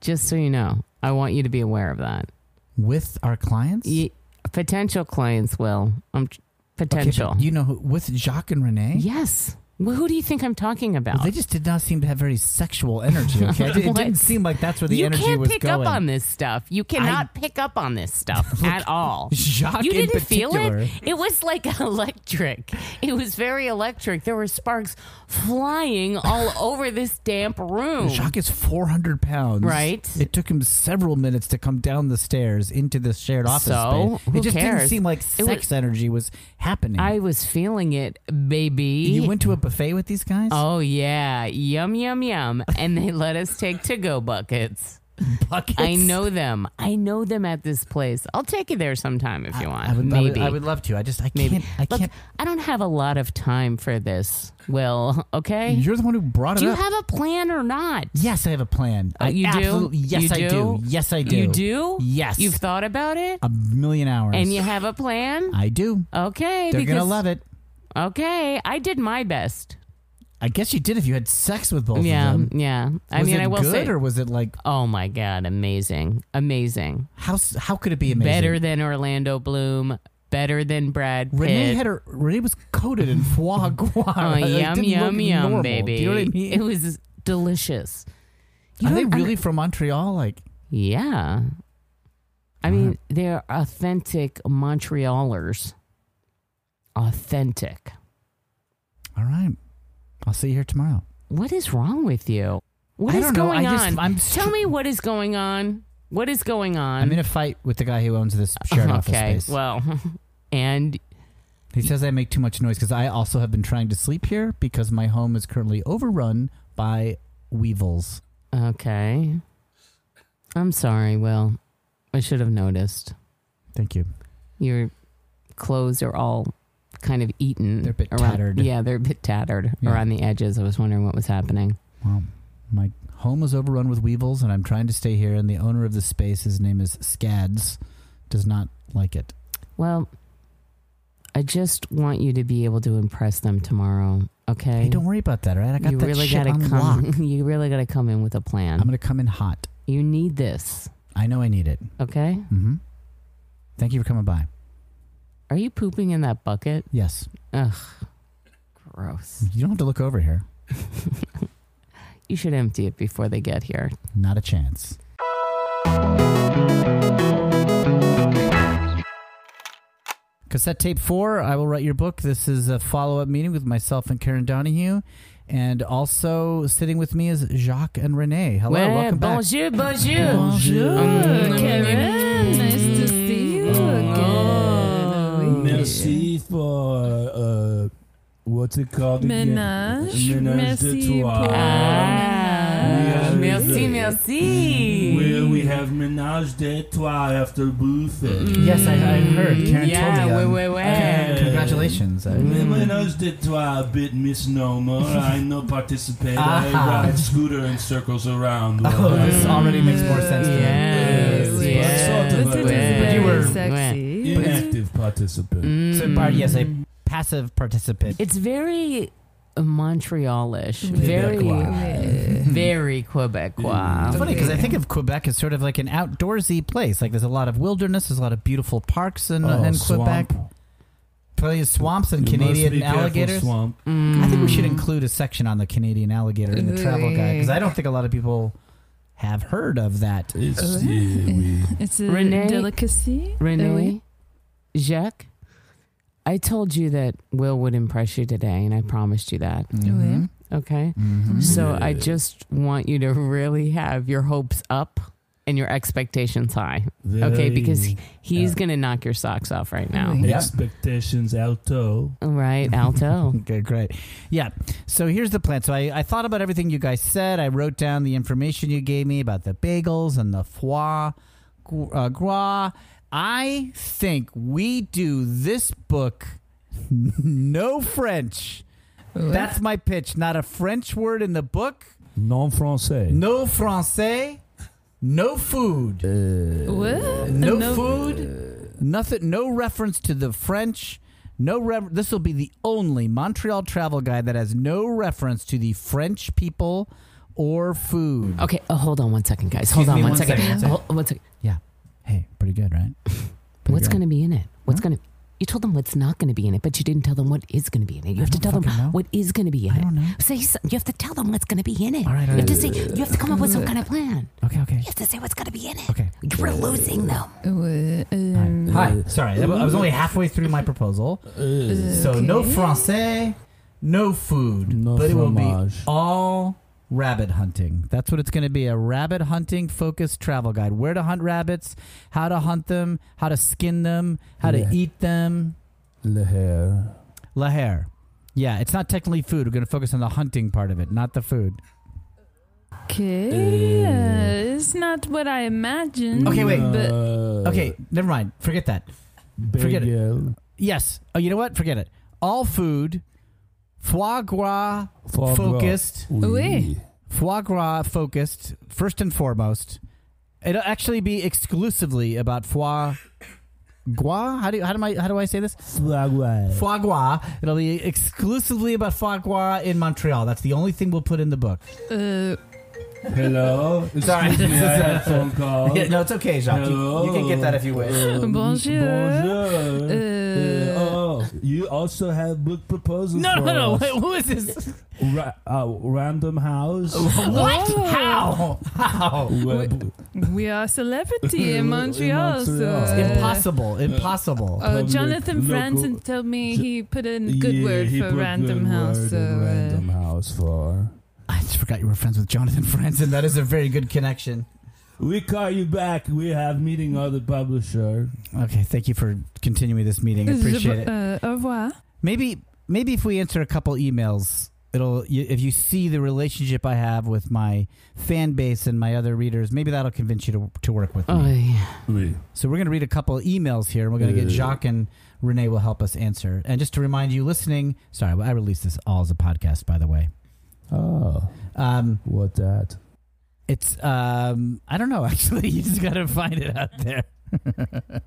C: Just so you know, I want you to be aware of that.
B: With our clients?
C: Ye- potential clients will. Um,
B: Okay, but
C: potential.
B: you know, who- with Jacques and Renee?
C: yes. Well, who do you think I'm talking about?
B: Well, they just did not seem to have very sexual energy. Okay? It, it
C: What?
B: didn't seem like that's where the
C: you
B: energy
C: can't
B: was
C: pick
B: going.
C: up on this stuff. You cannot pick up on this stuff at all.
B: Jacques
C: you
B: in
C: didn't feel
B: particular.
C: it. It was like electric. It was very electric. There were sparks flying all over this damp room.
B: Jacques is 400 pounds.
C: Oh. Right.
B: It took him several minutes to come down the stairs into this shared office
C: So?
B: space.
C: Who
B: It just didn't
C: cares?
B: seem like
C: It
B: sex
C: wa-
B: energy was happening.
C: I was feeling it, baby.
B: you went to a buffet with these guys?
C: Oh yeah, yum yum yum, and they let us take to go buckets.
B: Buckets?
C: I know them. I know them at this place. I'll take you there sometime if you want.
B: I would, I would-
C: Maybe.
B: I would, love to. I just I
C: Maybe.
B: can't. I
C: Look,
B: can't.
C: I don't have a lot of time for this. Will, okay?
B: You're the one who brought it
C: do you
B: up.
C: have a plan or not?
B: yes, I have a plan.
C: Uh,
B: I
C: you do?
B: absolutely- Yes,
C: You
B: I do?
C: do?
B: Yes, I do.
C: You do?
B: Yes.
C: You've thought about it,
B: a million hours.
C: and you have a plan.
B: I do.
C: Okay,
B: They're
C: because
B: gonna love it.
C: okay, I did my best.
B: I guess you did if you had sex with both
C: yeah,
B: of them.
C: yeah. I
B: was
C: mean,
B: it
C: I will
B: good
C: say.
B: or was it like
C: oh my god, amazing, amazing.
B: how s- how could it be amazing?
C: better than Orlando Bloom, better than Brad Pitt.
B: Renee had her. Renee was coated in foie gras.
C: oh,
B: It
C: yum
B: didn't
C: yum
B: look
C: yum,
B: normal.
C: baby.
B: Do you know what I mean?
C: It was delicious. You
B: Are
C: know
B: they
C: what? I-
B: really from Montreal? Like
C: Yeah.
B: Uh-huh.
C: I mean, they're authentic Montrealers. Authentic.
B: all right. I'll see you here tomorrow.
C: What is wrong with you? What
B: I
C: is
B: don't know.
C: going
B: I just-
C: on?
B: I'm
C: Tell
B: str-
C: me what is going on. What is going on?
B: I'm in a fight with the guy who owns this shared office
C: okay.
B: space.
C: Well, and
B: He says I make too much noise because I also have been trying to sleep here because my home is currently overrun by weevils.
C: okay. I'm sorry, Will. I should have noticed.
B: Thank you.
C: your clothes are all kind of eaten.
B: They're a bit
C: around-
B: tattered.
C: Yeah, they're a bit tattered
B: Yeah.
C: around the edges. I was wondering what was happening.
B: Wow. My home is overrun with weevils and I'm trying to stay here and the owner of this space, his name is Scads, does not like it.
C: Well, I just want you to be able to impress them tomorrow. Okay.
B: Hey, don't worry about that, all right? I got
C: you
B: that
C: really
B: shit
C: gotta
B: on lock.
C: come. You really gotta come in with a plan.
B: I'm going to come in hot.
C: you need this.
B: I know I need it.
C: Okay.
B: hmm Thank you for coming by.
C: Are you pooping in that bucket?
B: Yes.
C: Gross.
B: You don't have to look over here.
C: You should empty it before they get here.
B: Not a chance. Cassette tape four, I Will Write Your Book. This is a follow up meeting with myself and Karen Donahue. And also sitting with me is Jacques and Renee. Hello,
C: Well,
B: welcome back.
C: bonjour, bonjour.
B: Bonjour.
C: Mm.
E: Karen, nice to see you Oh, again.
F: Merci for uh, what's it called
E: Ménage.
F: again? Ménage
E: Merci
F: de
E: pour-
F: trois.
C: Ah,
F: Oui,
C: merci,
F: oui.
C: merci.
F: Where we have ménage de trois after buffet.
E: Mm.
B: Yes, I, I heard. Karen
C: Mm. yeah,
B: told me. that.
C: way, way,
F: Okay.
C: way.
B: Congratulations. I-
F: Mm. Ménage de trois, a bit misnomer. I no participate.
B: Ah.
F: I ride scooter in circles around.
B: Oh, this already makes more sense to me.
C: Yes,
F: Yes,
C: yes.
F: sort of
E: This
F: a
E: is
F: way.
E: very
B: You were-
E: sexy.
F: Inactive participant.
C: Mm.
B: So, part, yes, a passive participant.
C: It's very Montrealish, very,
E: Quebecois.
C: very Quebecois.
B: It's funny because I think of Quebec as sort of like an outdoorsy place. Like there's a lot of wilderness, there's a lot of beautiful parks in,
F: Oh,
B: in
F: swamp.
B: Quebec. Plenty of swamps and
F: You must be
B: Canadian
F: careful,
B: alligators.
F: Swamp.
B: I think we
C: Mm.
B: should include a section on the Canadian alligator in the travel guide because I don't think a lot of people have heard of that.
F: It's,
E: Uh,
F: yeah, we-
E: It's a
C: Renee-
E: delicacy.
C: Renee,
E: Uh, oui.
C: Mm. Jacques, I told you that Will would impress you today, and I promised you that.
B: Mhm.
C: Okay.
B: Mhm.
C: So
F: Yeah.
C: I just want you to really have your hopes up and your expectations high. Okay,
F: Very
C: because he's
F: Yeah.
C: going to knock your socks off right now.
E: Really?
B: Yeah.
F: expectations alto.
C: All Right, alto.
B: Okay, great. Yeah. So here's the plan. So I, I thought about everything you guys said. I wrote down the information you gave me about the bagels and the foie gr- uh, gras. I think we do this book no French. That's my pitch. Not a French word in the book.
F: Non français.
B: No français. No food.
F: Uh,
E: What?
B: No, food. Nothing. No reference to the French. No. Re- this will be the only Montreal travel guide that has no reference to the French people or food.
C: Okay, oh, hold on one second, guys. Hold on
B: me,
C: one
B: one
C: second.
B: second, one second.
C: Hold- one second.
B: Hey, pretty good, right? Pretty
C: What's
B: good.
C: going to be in it? What's going to. You told them what's not going to be in it, but you didn't tell them what is going to be in it. You have to
B: don't
C: tell them
B: fucking know.
C: what is going to be in
B: I
C: it.
B: don't know.
C: Say so you have to tell them what's going to be in it.
B: All right, all
C: you have to
B: right.
C: say you have to come up with some kind of plan.
B: Okay, okay,
C: You have to say what's going to be in it.
B: okay.
C: We're losing them.
F: Uh,
B: Hi. Hi. Sorry, I wa- I was only halfway through my proposal.
F: Euh,
B: So no
E: Okay.
B: français, no food,
F: No
B: but it will be
F: fromage.
B: all rabbit hunting. That's what it's going to be a rabbit hunting focused travel guide. Where to hunt rabbits, how to hunt them, how to skin them, how
F: Yeah.
B: to eat them.
F: Le hair.
B: La Hare. Yeah, it's not technically food. We're going to focus on the hunting part of it, not the food. Eh.
E: Okay, uh, it's not what I imagined.
B: Okay, wait.
E: But
F: Uh,
B: Okay, never mind. Forget that. forget it.
F: bagel,
B: Yes. Oh, you know what? Forget it. All food, foie gras
F: foie gras.
B: focused.
E: Oui.
B: foie gras focused first and foremost. It'll actually be exclusively about foie gras. How do how do I how do I say this?
F: Foie gras.
B: Foie gras. It'll be exclusively about foie gras in Montreal. That's the only thing we'll put in the book.
E: uh,
D: Hello? Excuse
B: Sorry.
D: me, I had a phone call.
B: no, it's okay, Jacques. You, you can get that if you wish.
F: Um,
E: Bonjour.
F: Bonjour.
E: Uh,
F: oh, you also have book proposals.
B: No,
F: for
B: no, no.
F: us.
B: Wait, who is this?
F: Ra- uh, random House.
B: What?
E: Oh.
B: How? How?
F: Web-
E: we are a celebrity
F: In
E: in Montreal. So,
F: Montreal.
E: uh,
B: Impossible. Impossible.
E: Uh,
F: Public,
E: Jonathan
F: local-
E: Franzen told me
F: Ju-
E: he put in good
F: Yeah,
E: word
F: he
E: for
F: put
E: Random
F: good
E: House.
F: word
E: so,
F: in
E: uh,
F: Random House for.
B: I just forgot you were friends with Jonathan Franzen. That is a very good connection.
F: We call you back. We have meeting other publisher.
B: Okay, thank you for continuing this meeting. I appreciate it.
E: Uh, au revoir.
B: Maybe maybe if we answer a couple emails, it'll y- if you see the relationship I have with my fan base and my other readers, maybe that'll convince you to to work with me.
C: yeah.
F: Oui.
B: So we're going to read a couple emails here, and we're going to get
F: Uh.
B: Jacques and Renee will help us answer. And just to remind you, listening, sorry, I released this all as a podcast, by the way.
F: Oh,
B: Um,
F: what that?
B: it's um, I don't know actually. You just got to find it out there. I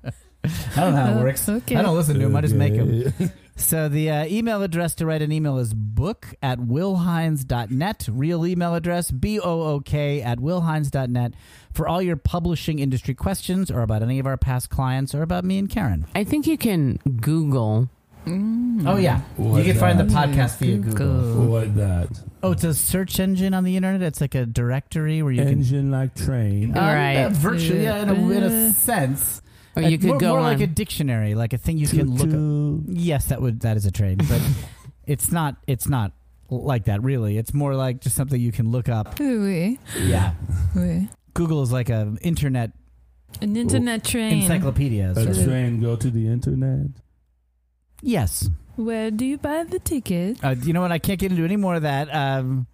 B: don't know how it
E: Uh,
B: works.
E: okay.
B: I don't listen to them. I just make them.
F: Okay.
B: So the uh, email address to write an email is book at willhines.net. Real email address, B-O-O-K at willhines.net for all your publishing industry questions or about any of our past clients or about me and Karen.
C: I think you can Google.
E: Mm.
C: Hmm.
B: Oh, yeah.
F: What
B: you can find the
E: that?
B: podcast via Google.
E: Google.
F: What that?
B: Oh, it's a search engine on the internet. It's like a directory where you can...
F: Engine like train.
C: All right.
B: virtually, yeah, in a, in
E: Uh,
B: a sense.
C: Or you
B: Uh,
C: could
B: more,
C: go
B: More
C: on.
B: like a dictionary, like a thing you
F: Toot
B: can look up.
F: toot.
B: Yes, that would that is a train, but it's not it's not like that really. It's more like just something you can look up.
E: Oui,
B: Yeah.
E: oui.
B: Google is like an internet
E: An internet train.
B: encyclopedia.
F: A
B: sort of.
F: train go to the internet.
B: Yes.
E: Where do you buy the ticket?
B: Uh, you know what? I can't get into any more of that. Um,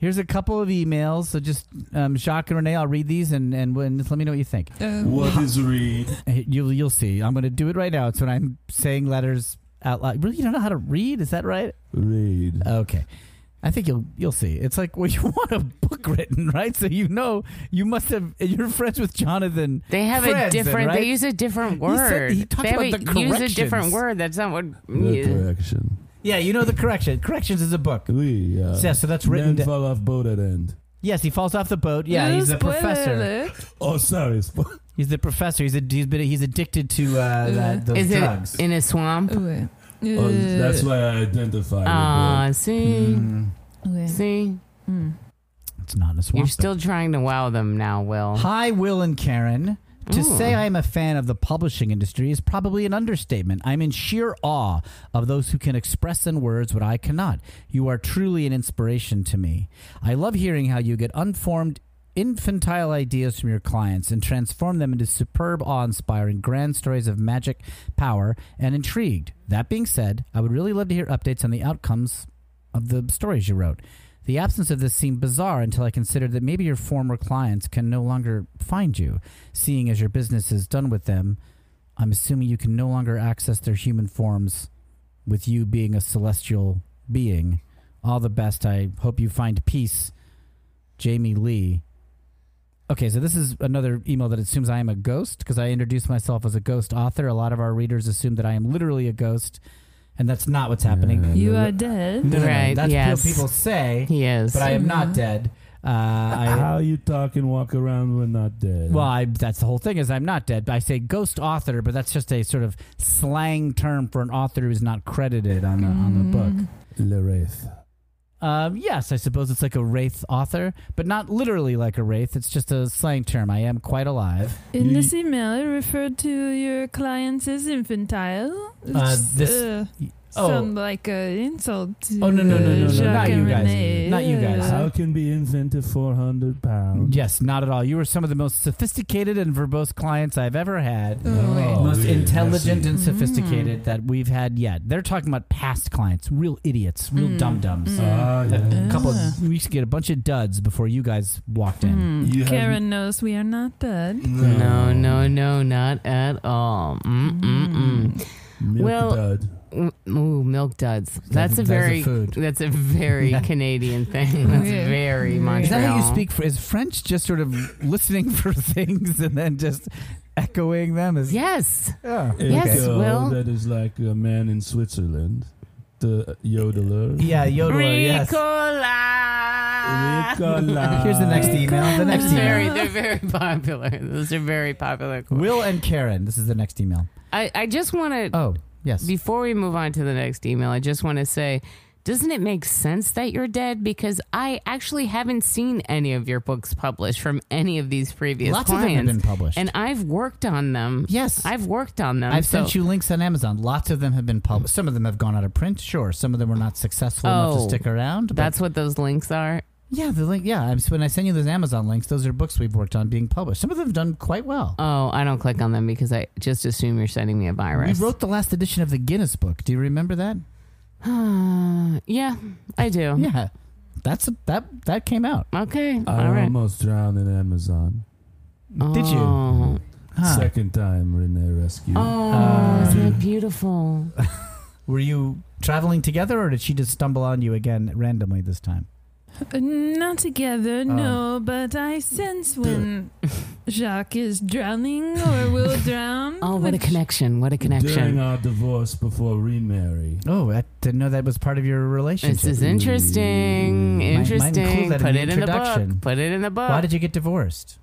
B: here's a couple of emails. So just um, Jacques and Renee, I'll read these and and when, just let me know what you think.
E: Uh,
D: What is read?
B: Uh, You'll you'll see. I'm going to do it right now. It's when I'm saying letters out loud. Really, you don't know how to read? Is that right?
F: Read.
B: Okay. I think you'll you'll see. It's like well, you want a book written, right? So you know you must have. You're friends with Jonathan.
C: They have
B: Friends,
C: a
B: then,
C: different.
B: right?
C: They use a different
B: He said-
C: word.
B: he talked
C: they have
B: about
C: a-
B: the
C: use a different
B: corrections.
C: word. That's not what.
F: The
C: you-
F: correction.
B: Yeah, you know the correction. Corrections is a book.
F: Oui. Yeah.
B: Yeah, so that's
F: Men
B: written. down.
F: fall off boat at end.
B: yes, he falls off the boat. Yeah,
E: no
B: he's a
E: spoiler
B: professor.
E: alert.
F: Oh, sorry. spo-
B: He's the professor. He's a, he's been he's addicted to uh, that, those
C: Is
B: drugs.
C: it in a swamp?
E: Oui.
F: Oh,
E: Uh,
F: that's why I identify. with
C: Ah, see,
B: Mm,
E: oui.
C: see,
E: Mm.
B: it's not in a swamp.
C: you're still trying to wow them now, Will.
B: Hi, Will and Karen. To
C: Ooh.
B: say I am a fan of the publishing industry is probably an understatement. I'm in sheer awe of those who can express in words what I cannot. You are truly an inspiration to me. I love hearing how you get unformed, infantile ideas from your clients and transform them into superb, awe inspiring, grand stories of magic, power, and intrigue. That being said, I would really love to hear updates on the outcomes of the stories you wrote. The absence of this seemed bizarre until I considered that maybe your former clients can no longer find you, seeing as your business is done with them. I'm assuming you can no longer access their human forms with you being a celestial being. All the best. I hope you find peace. Jamie Lee. Okay, so this is another email that assumes I am a ghost because I introduced myself as a ghost author. A lot of our readers assume that I am literally a ghost, and that's not what's happening.
F: Yeah.
E: You are dead.
B: No, no, no.
C: Right,
B: That's
C: yes.
B: what people say,
C: He is.
B: but I am
E: Mhm.
B: not dead. Uh, I,
F: How you talk and walk around when not dead?
B: well, I, that's the whole thing is I'm not dead. But I say ghost author, but that's just a sort of slang term for an author who's not credited on the,
E: Mm-hmm.
B: on the
E: Mm.
B: book.
F: Le Wraith.
B: Um, yes, I suppose it's like a wraith author, but not literally like a wraith. It's just a slang term. I am quite alive.
E: In
F: You-
E: this email, it referred to your clients as infantile.
B: Uh,
E: It's,
B: this-
E: uh,
B: oh.
E: Sound like an insult to
B: Oh, no,
F: no,
B: no,
F: no, no,
E: uh, Jacques
F: not
E: and
F: you guys.
E: Renee.
B: Not you guys.
E: Uh,
F: How can be infant to 400 pounds?
B: Oh, Yes, not at all. You were some of the most sophisticated and verbose clients I've ever had.
F: Oh,
B: most
F: yeah,
B: intelligent
F: I
B: and sophisticated that we've had yet. They're talking about past clients, real idiots, real
E: Mm.
B: dum dums.
E: Mm.
F: Ah, yeah.
B: A couple
C: Uh.
B: of, we used to get a bunch of duds before you guys walked in.
C: Mm.
D: You have-
E: Karen knows we are not dead.
C: No, no, no, not at all. Mm, mm, mm.
F: Milk
C: Well-
F: dud.
C: Mm. Ooh, milk duds. That's,
B: That's a-
C: a
B: that's a
C: very
B: food.
C: that's a very Canadian thing. That's
E: Yeah.
C: very
E: Is that how you
B: Is
C: Montreal.
B: that how you speak? For, is French just sort of listening for things and then just echoing them? Is
C: Yes.
B: yeah.
F: A
C: Yes,
F: girl
C: Will.
F: That is like a man in Switzerland. The yodeler.
B: Yeah, yodeler. Yes.
C: Ricola.
F: Nicola.
B: Here's the next email. The next
C: That's very,
B: email.
C: they're very popular. Those are very popular.
B: Will and Karen. This is the next email.
C: I, I just want to
B: Oh, yes.
C: Before we move on to the next email, I just want to say, doesn't it make sense that you're dead? Because I actually haven't seen any of your books published from any of these previous
B: Lots of them
C: clients,
B: have been published.
C: and um, I've worked on them.
B: yes.
C: I've worked on them.
B: I've
C: so-
B: sent you links on Amazon. Lots of them have been published. Some of them have gone out of print, sure. Some of them were not successful enough to
C: Oh,
B: stick around. but-
C: That's what those links are.
B: yeah, the link. Yeah, I'm, when I send you those Amazon links, those are books we've worked on being published. Some of them have done quite well.
C: Oh, I don't click on them because I just assume you're sending me a
B: we
C: virus.
B: wrote the last edition of the Guinness Book. Do you remember that?
C: yeah, I do.
B: Yeah, that's a, that that came out.
C: Okay.
F: I
C: All right.
F: almost drowned in Amazon.
B: Um, Did you?
C: Oh.
B: Huh.
F: Second time Renee rescued.
C: Oh,
B: Uh,
C: isn't that beautiful?
B: Were you traveling together, or did she just stumble on you again randomly this time?
E: Uh, Not together,
B: Oh.
E: no, but I sense when Jacques is drowning or will drown.
C: Oh, what a
E: which-
C: connection! What a
F: During
C: connection!
F: our divorce before remarry.
B: Oh, I didn't know that was part of your relationship.
C: This is interesting.
F: Might-
B: might
C: Interesting.
B: include that in
C: Put
B: the
C: it in the
B: introduction.
C: book. Put it in the book.
B: Why did you get divorced?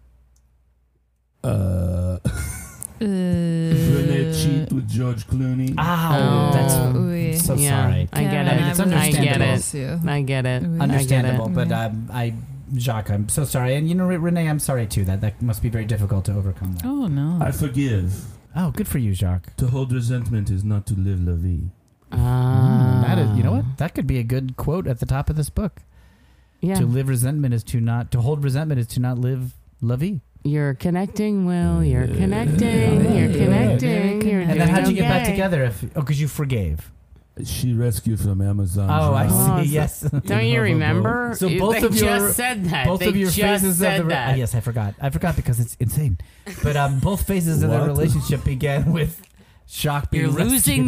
F: Uh, Renee
E: Uh,
F: cheat with George Clooney.
B: Ah. Ow,
C: Oh.
B: that's
E: oui.
B: so
C: yeah,
B: sorry.
C: I get
E: Karen,
C: it.
B: I mean, it's
E: will
B: understandable.
E: divorce you.
C: I get it.
E: Oui.
B: understandable.
E: get it.
B: But um, I, Jacques, I'm so sorry, and you know, Re- Renee, I'm sorry too. That that must be very difficult to overcome. That.
E: Oh no.
F: I forgive.
B: Oh, good for you, Jacques.
F: To hold resentment is not to live la vie.
C: Ah.
B: Mm, that is, you know what? That could be a good quote at the top of this book.
C: Yeah,
B: To live resentment is to not to hold resentment is to not live la vie.
C: you're connecting, Will. You're
F: Yeah.
C: connecting.
F: Yeah.
C: You're
F: Yeah.
C: connecting. You're
E: And
B: And then
C: doing
B: how'd you get back
C: okay.
B: together? If oh, because you forgave.
F: She rescued from Amazon.
B: Oh, I
F: drowned.
C: Oh,
B: see.
C: so-
B: Yes.
C: Don't you
F: Hoverboard.
C: remember?
B: So
C: You-
B: both
C: they
B: of your-
C: just said that.
B: both
C: they
B: of your
C: just
B: phases
C: said
B: of the
C: that.
B: ah, yes, I forgot. I forgot because it's insane. But um, both phases of the
F: What?
B: relationship began with shock. Being
C: You're losing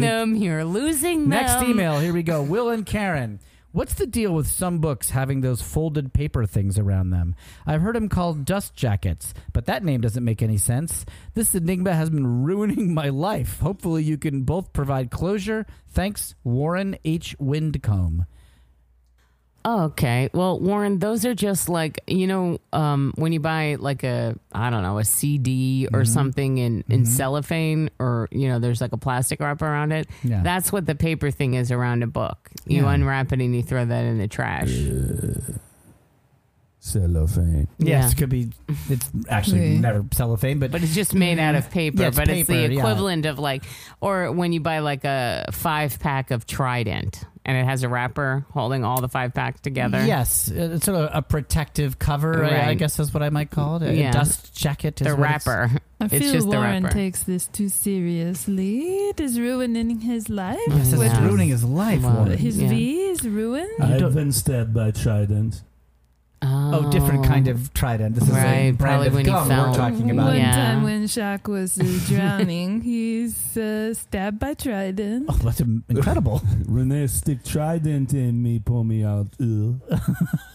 B: rescued.
C: them. You're losing them.
B: Next email. Here we go. Will and Karen. What's the deal with some books having those folded paper things around them? I've heard them called dust jackets, but that name doesn't make any sense. This enigma has been ruining my life. Hopefully, you can both provide closure. Thanks, Warren H. Windcomb.
C: Okay. Well, Warren, those are just like, you know, um, when you buy like a, I don't know, a CD
B: Mm-hmm.
C: or something in, in cellophane or, you know, there's like a plastic wrap around it.
B: Yeah.
C: That's what the paper thing is around a book. You
B: Yeah.
C: unwrap it and you throw that in the trash.
F: Cellophane.
B: Yes,
C: Yeah.
B: could be. It's actually
E: Yeah.
B: never cellophane, but,
C: But it's just made out of paper,
B: Yeah, it's
C: but it's
B: Mm-hmm. paper,
C: the
B: yeah.
C: equivalent of like, or when you buy like a five pack of Trident and it has a wrapper holding all the five packs together.
B: yes, uh, it's sort of a protective cover. I- I,
C: Right.
B: guess that's what I might call it. A
C: Yeah.
B: dust jacket. Is
C: The
B: what it's-
C: wrapper.
E: I
C: It's
E: feel
C: just the
E: Warren
C: wrapper.
E: takes this too seriously. It is ruining his life.
B: Yes, it's
E: with-
C: Yeah.
B: ruining his life.
C: Well,
B: Warren.
E: His
C: Yeah.
E: V is ruined.
B: You
F: I've
B: don't-
F: been stabbed by trident.
B: Oh, different kind of trident. This is a
C: Right,
B: brand
C: probably
B: of
C: when he
B: gum we're
C: fell.
B: talking about.
E: One
C: Yeah.
E: time when Jacques was uh, drowning, he's uh, stabbed by Trident.
B: Oh, that's im- incredible.
F: Renee stick trident in me, pull me out. Ugh.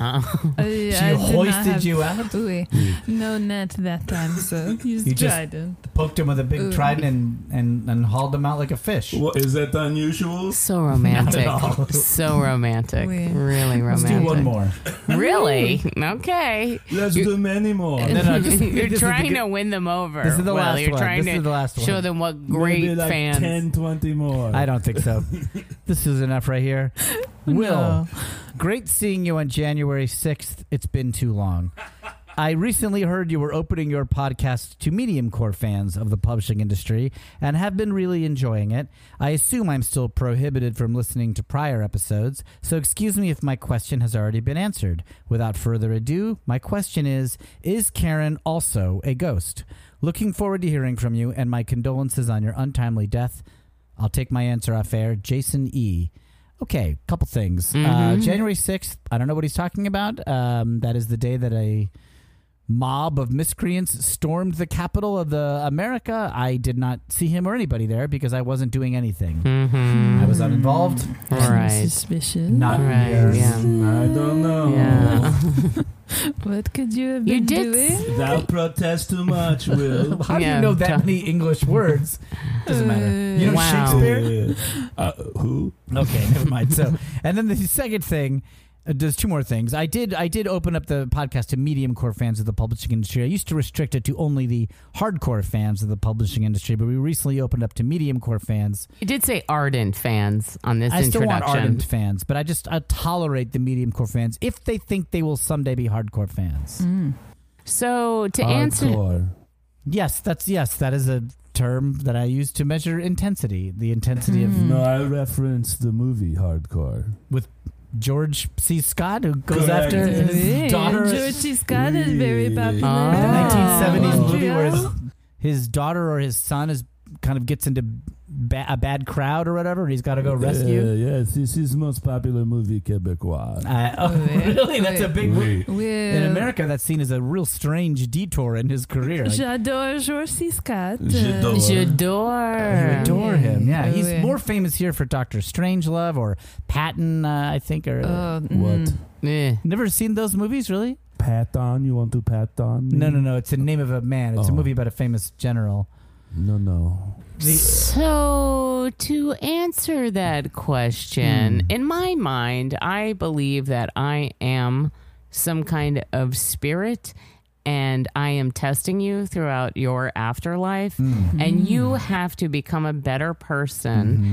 C: Oh.
E: Uh,
B: she
E: I did not
B: hoisted
E: have-
B: you out.
E: Oui. No net that time, so he's
B: You just-
E: Trident.
B: poked him with a big
E: Ooh.
B: trident and, and, and hauled him out like a fish.
D: What, is that unusual?
C: So romantic.
B: all.
C: So romantic.
E: Weird.
C: Really romantic.
B: Let's do one more.
C: Really? Okay.
D: Let's
C: You-
D: do many more.
B: No, no, just,
C: you're
B: this is the
C: trying
B: good-
C: to win them over.
B: This is the
C: Will.
B: last
C: You're
B: one.
C: trying
B: This
C: to
B: is the last one.
C: show them what great
F: Maybe like
C: fans.
F: 10, 20 more.
B: I don't think so. this is enough right here. Will,
E: No.
B: great seeing you on January 6th. It's been too long. I recently heard you were opening your podcast to medium core fans of the publishing industry and have been really enjoying it. I assume I'm still prohibited from listening to prior episodes, so excuse me if my question has already been answered. Without further ado, my question is Is Karen also a ghost? Looking forward to hearing from you and my condolences on your untimely death. I'll take my answer off air. Jason E. Okay, couple things. Uh,
C: Mhm.
B: January 6th, I don't know what he's talking about. Um, that is the day that a mob of miscreants stormed the capital of the America. I did not see him or anybody there because I wasn't doing anything.
C: Mm-hmm.
B: I was uninvolved.
C: All
E: Seems
C: right.
E: Suspicious.
B: Not
C: Right,
B: here.
C: yeah.
F: I don't know.
C: Yeah.
E: What could you have
C: You
E: been
C: did
E: doing?
D: Thou protest too much, Will.
B: How do you
C: Yeah,
B: know that
C: tough.
B: many English words? Doesn't matter. You know
C: Wow.
B: Shakespeare?
F: Uh, who?
B: Okay, never mind. So, and then the second thing, uh, there's two more things. I did I did open up the podcast to medium core fans of the publishing industry. I used to restrict it to only the hardcore fans of the publishing industry, but we recently opened up to medium core fans.
C: You did say ardent fans on this
B: I still
C: introduction.
B: want ardent fans, but I just I tolerate the medium core fans if they think they will someday be hardcore fans.
E: Mm.
C: So to answer,
F: Hardcore.
B: Yes, that's yes, that is a term that I use to measure intensity, the intensity
E: Mm.
B: of
F: No, I referenced the movie Hardcore.
B: George C. Scott who goes
C: Mm.
F: Correct.
B: after
E: Yeah,
B: his daughter
E: Georgie Scott is very
F: Ooh.
E: popular.
C: Ah.
B: the
C: Oh.
B: 1970s movie where his,
E: Yeah.
B: his daughter or his son is kind of gets into ba- a bad crowd or whatever, and he's got to go rescue.
F: Uh, yes, this is most popular movie Quebecois.
B: I- oh,
E: Wait,
B: really? That's a
E: wait.
B: big.
F: Oui.
B: In
E: Well,
B: America, that scene is a real strange detour in his career. Like,
E: J'adore Georgie Scott.
D: J'adore.
B: you
C: j'adore.
B: adore him. Yeah,
E: Oh,
B: he's
E: yeah.
B: more famous here for Doctor Strangelove or Patton, uh, I think. Or
E: Oh,
F: What?
E: mm.
C: Eh.
B: never seen those movies, really?
F: Pat on? You want to pat on? me?
B: No, no, no. It's the name of a man. It's a
F: Oh.
B: movie about a famous general.
F: No, no.
B: The-
C: so to answer that question,
F: Hmm.
C: in my mind, I believe that I am some kind of spirit, and I am testing you throughout your afterlife,
B: Hmm.
C: and you have to become a better person.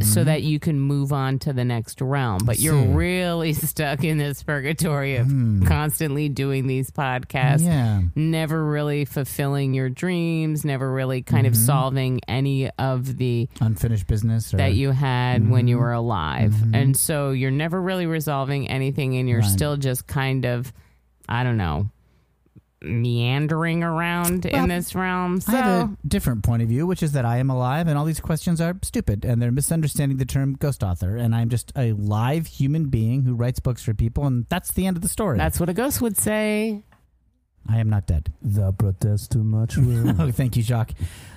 C: so that you can move on to the next realm. But you're
B: Hmm. see.
C: really stuck in this purgatory of
B: Hmm.
C: constantly doing these podcasts,
B: yeah.
C: never really fulfilling your dreams, never really kind
B: Mhm.
C: of solving any of the
B: unfinished business or,
C: that you had when you
B: Mhm.
C: were alive.
B: Mhm.
C: And so you're never really resolving anything and you're
B: Right.
C: still just kind of I don't know meandering around
B: Well,
C: in this realm. So
B: I have a different point of view, which is that I am alive, and all these questions are stupid, and they're misunderstanding the term ghost author, and I'm just a live human being who writes books for people, and that's the end of the story.
C: that's what a ghost would say.
B: I am not dead.
F: Thou protest too much, Will.
B: Oh, thank you, Jacques.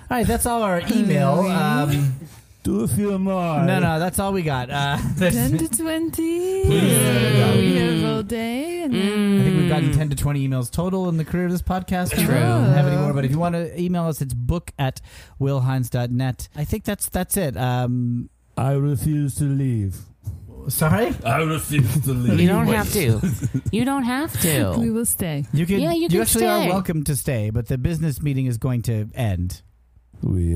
B: All right, that's all our email. Um,
F: Do a few more.
B: no, no, that's all we got. Uh, that's-
E: 10 to 20.
B: Yeah.
E: We have all day. And then
B: I think we've
C: Mm.
B: gotten 10 to 20 emails total in the career of this podcast. We
C: True.
B: don't have any more, but if you want to email us, it's book at willhines.net. I think that's that's it. Um,
F: I refuse to leave.
B: sorry?
D: I refuse to leave.
C: You don't have to. You don't have
E: we
C: to.
E: will stay.
B: You can.
C: Yeah, you can
B: actually are
C: stay.
B: welcome to stay, but the business meeting is going to end.
F: We,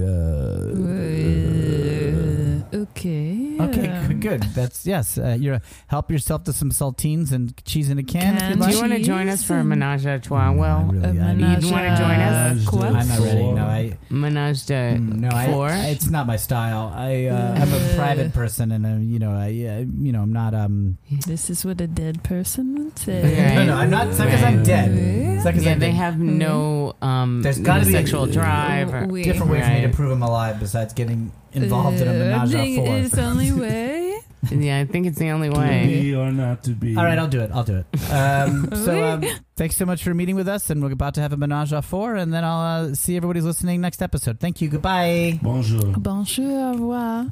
F: uh.
E: Uh, okay.
B: Okay,
E: um,
B: g- good. That's yes. Uh, you're help yourself to some saltines and cheese in a can.
E: Can.
B: if you'd
C: Do
B: like.
C: you want to join us for a menage a trois?
B: I
C: Well,
E: a
B: really, I,
E: menage
C: You wanna
E: a
C: join us?
E: trois.
B: I'm not ready. No, I
C: menage a
B: Mm, no,
C: four.
B: I, it's not my style. I uh, I'm a
E: Uh.
B: private person, and uh, you know, I uh, you know, I'm not um.
E: This is what a dead person would
C: Okay.
E: say.
B: No, no, I'm not. It's not because I'm dead. It's not because
C: yeah,
B: I'm
C: they
B: dead.
C: have no um
B: Mm-hmm. There's gotta be-
C: sexual drive. Or,
E: We-
B: different ways for me
C: Right.
B: to prove I'm alive besides getting involved in a
E: Uh,
B: menage
E: I think
B: a
E: It's
B: four.
E: only way.
C: yeah, I think it's the only
F: To
C: way.
F: be or not to be.
B: All right, I'll do it. I'll do it. Um, so um, thanks so much for meeting with us, and we're about to have a menage a four, and then I'll uh, see everybody's listening next episode. Thank you. Goodbye.
D: Bonjour.
E: Bonjour, au revoir.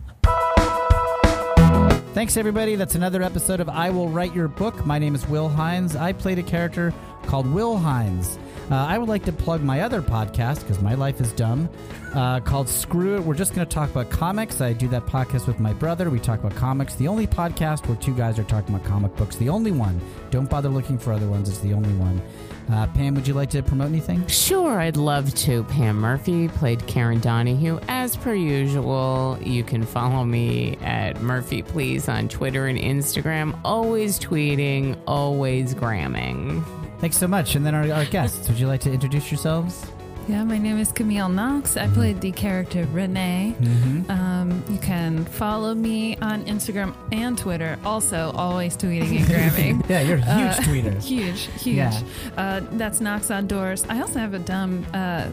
B: Thanks, everybody. That's another episode of I Will Write Your Book. My name is Will Hines. I played a character called Will Hines. Uh, I would like to plug my other podcast because my life is dumb, uh, called Screw It. We're just going to talk about comics. I do that podcast with my brother. We talk about comics. The only podcast where two guys are talking about comic books. The only one. Don't bother looking for other ones. It's the only one. Uh, Pam, would you like to promote anything?
C: Sure, I'd love to. Pam Murphy played Karen Donahue. As per usual, you can follow me at Murphy Please on Twitter and Instagram. Always tweeting, always gramming.
B: Thanks so much. And then our, our guests, would you like to introduce yourselves?
E: Yeah, my name is Camille Knox. I played the character Renee. Um, you can follow me on Instagram and Twitter. Also, always tweeting and grabbing.
B: Yeah, you're a huge
E: Uh,
B: tweeter.
E: huge, huge.
B: Yeah.
E: Uh, that's Knox on Doors. I also have a dumb uh,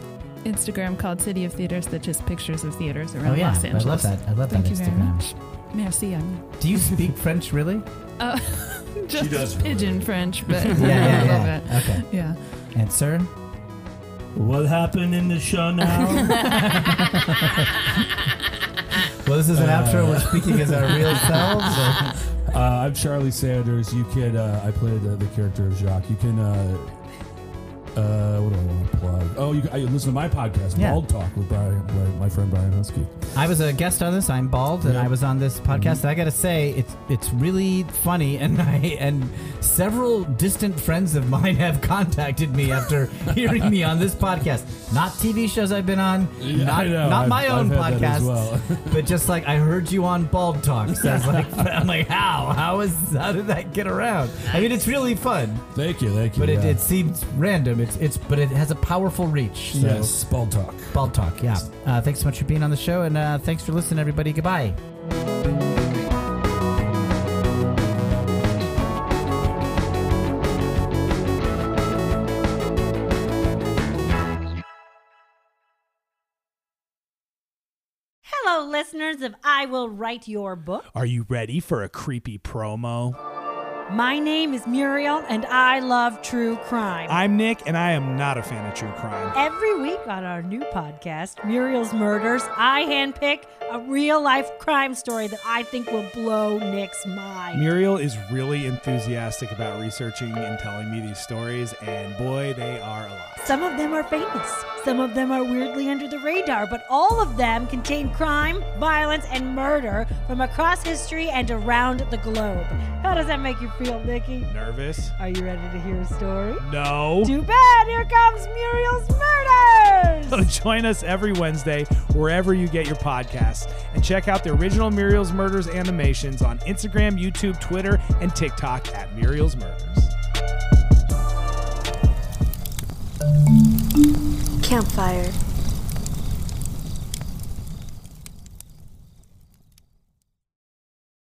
E: Instagram called City of Theaters that just pictures of theaters around
B: Oh yeah,
E: Los
B: I
E: Angeles.
B: love that. I love
E: Thank
B: that
E: you very
B: Instagram.
E: much. Merci, Anya.
B: Do you speak French really?
E: Uh, just
D: does really.
E: pigeon French, but
B: Yeah, yeah,
E: I love
B: yeah.
E: it.
B: Okay.
E: Yeah.
B: And sir,
D: What happened in the show now?
B: well, this is an
F: Uh,
B: outro. We're speaking as our real selves. or-
F: Uh, I'm Charlie Sanders. You can. Uh, I play the, the character of Jacques. You can. Uh, uh, what do I want to plug? Oh, you can, I listen to my podcast,
B: Yeah.
F: Bald Talk, with Brian, Brian- my friend Brian Husky.
B: I was a guest on this. I'm bald, and
F: Yeah.
B: I was on this podcast. And I got to say, it's it's really funny, and I and several distant friends of mine have contacted me after hearing me on this podcast. Not TV shows I've been on, not
F: I know,
B: not
F: I've-
B: my own
F: I've had that
B: podcast,
F: as well.
B: but just like I heard you on Bald Talks. I was like, I'm like, how how is how did that get around? I mean, it's really fun,
F: thank you, thank you.
B: but it,
F: yeah.
B: it seems random. It's it's but it has a powerful reach. So.
F: yes, Bald Talk.
B: Bald Talk, yeah. Uh, thanks so much for being on the show, and uh, thanks for listening, everybody. Goodbye.
G: Hello, listeners of I Will Write Your Book.
H: Are you ready for a creepy promo?
G: My name is Muriel, and I love true crime.
H: I'm Nick, and I am not a fan of true crime.
G: Every week on our new podcast, Muriel's Murders, I handpick a real life crime story that I think will blow Nick's mind.
H: Muriel is really enthusiastic about researching and telling me these stories, and boy, they are a lot.
G: Some of them are famous, some of them are weirdly under the radar, but all of them contain crime, violence, and murder from across history and around the globe. How does that make you feel, Nikki?
H: Nervous?
G: Are you ready to hear a story?
H: No.
G: Too bad, here comes Muriel's Murders!
H: So join us every Wednesday wherever you get your podcasts and check out the original Muriel's Murders animations on Instagram, YouTube, Twitter, and TikTok at Muriel's Murders.
I: Campfire.